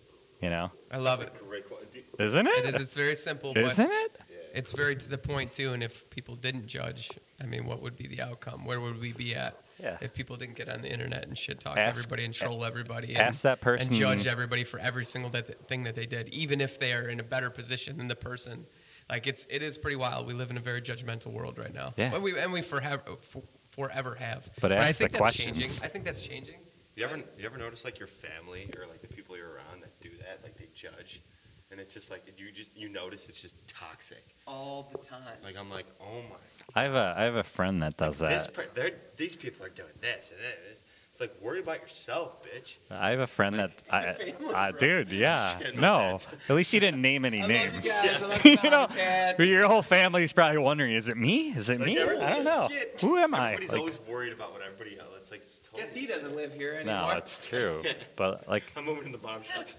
S3: You know,
S4: I love it.
S10: that's a great quote. Do-
S3: isn't it?
S4: It is. It's very simple. but-
S3: Isn't it?
S4: It's very to the point too, and if people didn't judge, I mean, what would be the outcome? Where would we be at?
S3: Yeah.
S4: If people didn't get on the internet and shit talk
S3: Ask-
S4: everybody and troll everybody, and,
S3: ask that person-
S4: and judge everybody for every single that thing that they did, even if they are in a better position than the person. Like it's it is pretty wild. We live in a very judgmental world right now.
S3: Yeah.
S4: But we and we forever forever have.
S3: But
S4: I
S3: ask the
S4: think that's
S3: questions.
S4: changing. I think that's changing.
S5: You ever you ever notice like your family or like the people you're around that do that, like they judge, and it's just like you just you notice it's just toxic.
S4: All the time.
S5: Like I'm like, oh my,
S3: I have a I have a friend that does
S5: this
S3: that.
S5: per- they're, these people are doing this and this. It's like worry about yourself, bitch.
S3: I have a friend that I,
S4: family,
S3: I
S4: bro.
S3: dude, yeah,
S5: Shit, my
S3: no.
S5: bad.
S3: At least you didn't name any
S4: I love
S3: names.
S4: you guys. I love
S3: you
S4: you,
S3: know,
S4: Dad.
S3: your whole family's probably wondering, is it me? Is it me? I don't
S5: everybody's
S3: know.
S4: shit.
S3: Who am I?
S5: Everybody's
S3: Like,
S5: always worried about what everybody else. It's like it's totally.
S4: Guess he doesn't live here anymore.
S3: no, it's true. But like,
S5: I'm moving to the bomb shelter.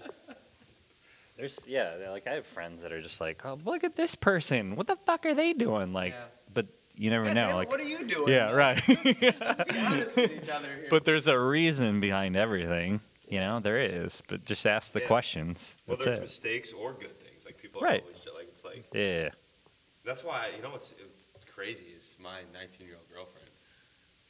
S3: there's yeah, they're like I have friends that are just like, oh, look at this person. What the fuck are they doing? Like,
S4: Yeah.
S3: but you never
S4: God
S3: know.
S4: damn it,
S3: like,
S4: what are you doing?
S3: yeah, right.
S4: Be honest with each other here.
S3: but there's a reason behind everything. You know, there is. But just ask the
S5: Yeah.
S3: questions.
S5: Whether it's
S3: That's it.
S5: mistakes or good things, like people
S3: Right.
S5: are always ju- like it's like
S3: Yeah.
S5: That's why you know what's, it's crazy is my 19 year old girlfriend.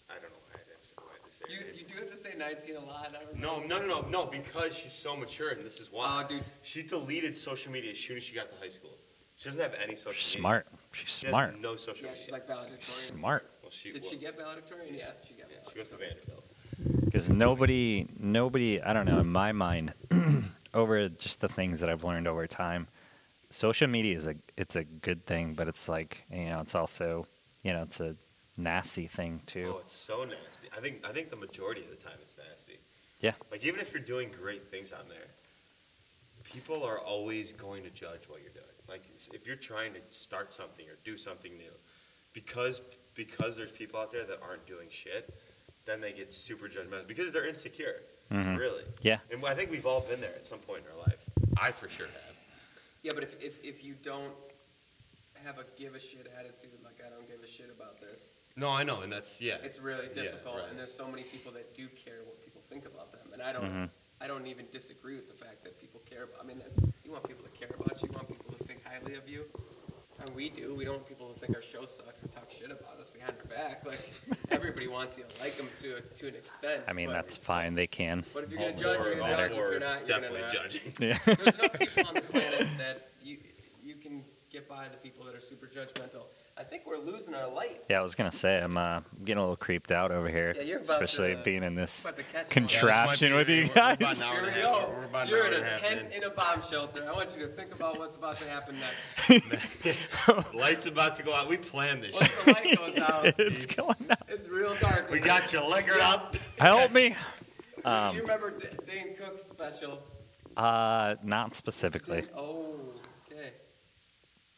S5: I don't know why I have to why this
S4: You,
S5: irritated
S4: you
S5: me.
S4: do have to say 19 a lot. I remember.
S5: No, no, no, no, no, because she's so mature, and this is why.
S4: Oh, dude.
S5: She deleted social media as soon as she got to high school. She doesn't have any social media.
S3: Smart. She's
S5: She has
S3: smart.
S5: no social
S4: Yeah,
S5: media.
S4: she's like valedictorian.
S3: Smart.
S5: well, she
S4: Did
S5: was.
S4: she get valedictorian? Yeah, she got
S5: Yeah, she goes to Vanderbilt.
S3: because nobody nobody i don't know in my mind over just the things that i've learned over time social media is a it's a good thing but it's like you know it's also you know it's a nasty thing too
S5: Oh, it's so nasty. I think I think the majority of the time it's nasty.
S3: yeah
S5: Like even if you're doing great things on there, people are always going to judge what you're doing. Like s- if you're trying to start something or do something new, because because there's people out there that aren't doing shit, then they get super judgmental because they're insecure. Really.
S3: Mm-hmm. Yeah.
S5: And I think we've all been there at some point in our life. I for sure have.
S4: Yeah, but if, if, if you don't have a give a shit attitude, like I don't give a shit about this,
S5: No, I know, and that's yeah.
S4: it's really
S5: Yeah,
S4: difficult.
S5: right.
S4: And there's so many people that do care what people think about them. And I don't I don't even disagree with the fact that people care about. I mean, that- you want people to care about you. You want people to think highly of you. And we do. We don't want people to think our show sucks and talk shit about us behind our back. Like everybody wants you to like them to a- to an extent.
S3: i mean
S4: but-
S3: that's fine they can
S4: But if you're gonna judge, you're gonna judge. If you're not, you're
S5: definitely
S4: gonna not.
S5: judging.
S3: yeah
S4: There's enough people on the planet that you you can get by the people that are super judgmental. I think we're losing our light.
S3: yeah i was gonna say i'm uh, getting a little creeped out over here
S4: Yeah, you're about
S3: especially
S4: to-
S3: being in this
S4: about to catch one.
S3: contraption
S5: Yeah,
S3: with you
S5: this might be- we're- we're about
S3: guys
S5: now- Hour
S4: Here
S5: and
S4: we
S5: a half.
S4: go.
S5: We're about an
S4: You're
S5: hour
S4: in
S5: and a
S4: a
S5: half
S4: tent
S5: in.
S4: in a bomb shelter. I want you to think about what's about to happen next.
S5: Lights about to go out. We planned this. shit.
S4: Once the light goes out,
S3: it's going up
S4: it's real dark.
S5: We got you liquored up.
S3: help me
S4: you remember D- Dane Cook's special?
S3: uh not specifically
S4: Oh, okay.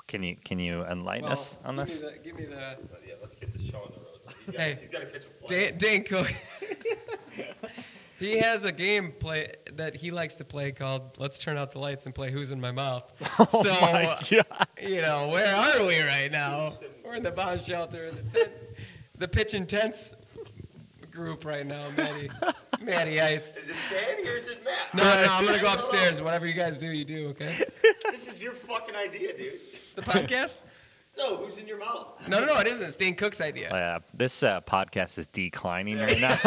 S3: can you can you enlighten
S4: Well,
S3: us on
S4: give
S3: this
S4: Me the, give me the.
S5: But yeah, let's get this show on the road. He's got,
S4: Hey.
S5: he's got to catch a flight.
S4: Dane, Dane Cook. He has a game play that he likes to play called "Let's Turn Out the Lights and Play Who's in My Mouth." so,
S3: Oh
S4: uh,
S3: my God.
S4: you know, where are we right now? We're in the bomb shelter, in the, tent, the pitch and tents group right now, Maddie, Maddie Ice.
S5: Is it Danny or is it Matt?
S4: No, no, I'm gonna go upstairs. Whatever you guys do, you do. Okay.
S5: This is your fucking idea, dude.
S4: The podcast?
S5: No, who's in your mouth?
S4: No, no, no, it isn't. It's Dane Cook's idea.
S3: Uh, this uh, podcast is declining right now.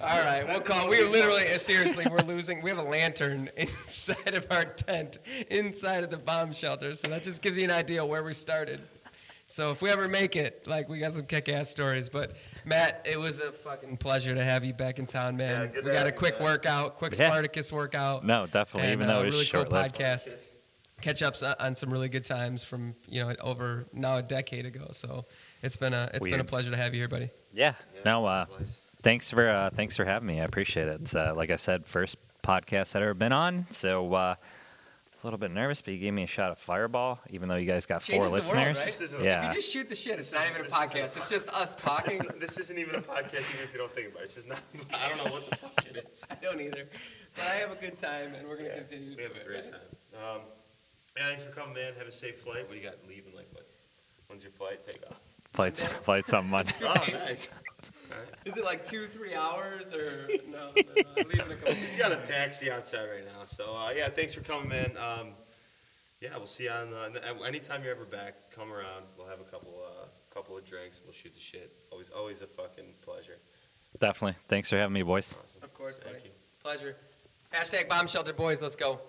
S4: All right, we'll call. We literally, seriously, we're losing. We have a lantern inside of our tent, inside of the bomb shelter. So that just gives you an idea where we started. So if we ever make it, like we got some kick-ass stories. But Matt, it was a fucking pleasure to have you back in town, man.
S5: Yeah, good
S4: we
S5: to
S4: got
S5: have
S4: a
S5: you,
S4: quick
S5: man.
S4: workout, quick
S3: Yeah.
S4: Spartacus workout.
S3: No, definitely,
S4: and,
S3: even though
S4: uh,
S3: it was
S4: really cool
S3: short-lived.
S4: podcast. Catch ups on some really good times from you know over now a decade ago. So it's been a it's been a
S3: Weird.
S4: pleasure to have you here, buddy.
S3: yeah. No. Uh,
S11: Slice.
S3: thanks for uh, thanks for having me. I appreciate it. It's, uh, like I said, first podcast that I've ever been on. So uh, I was a little bit nervous, but you gave me a shot of Fireball, even though you guys got four
S4: Changes the world,
S3: listeners.
S4: right?
S5: This is a-
S4: If
S3: Yeah.
S4: you just shoot the shit, it's not even a
S5: This isn't a
S4: podcast. It's just us talking.
S5: This isn't even a podcast, even if you don't think about it. It's just not. I don't know what the fuck it is.
S4: I don't either. But I have a good time, and we're gonna
S5: Yeah,
S4: continue.
S5: We have a great time. Um, yeah, thanks for coming, man. Have a safe flight. What do you got leaving? Like, what? When's your flight take off?
S3: Flights flights on Monday.
S5: Oh, nice.
S4: Is it like two, three hours, or no? no, no I leave in a couple.
S5: He's got a taxi outside right now. So uh, yeah, thanks for coming, man. Um, yeah, we'll see you on the, anytime you're ever back. Come around. We'll have a couple, uh, couple of drinks. We'll shoot the shit. Always, always a fucking pleasure.
S3: Definitely. Thanks for having me, boys.
S5: Awesome.
S4: Of course, buddy.
S5: Thank you.
S4: Pleasure. Hashtag bomb shelter boys. Let's go.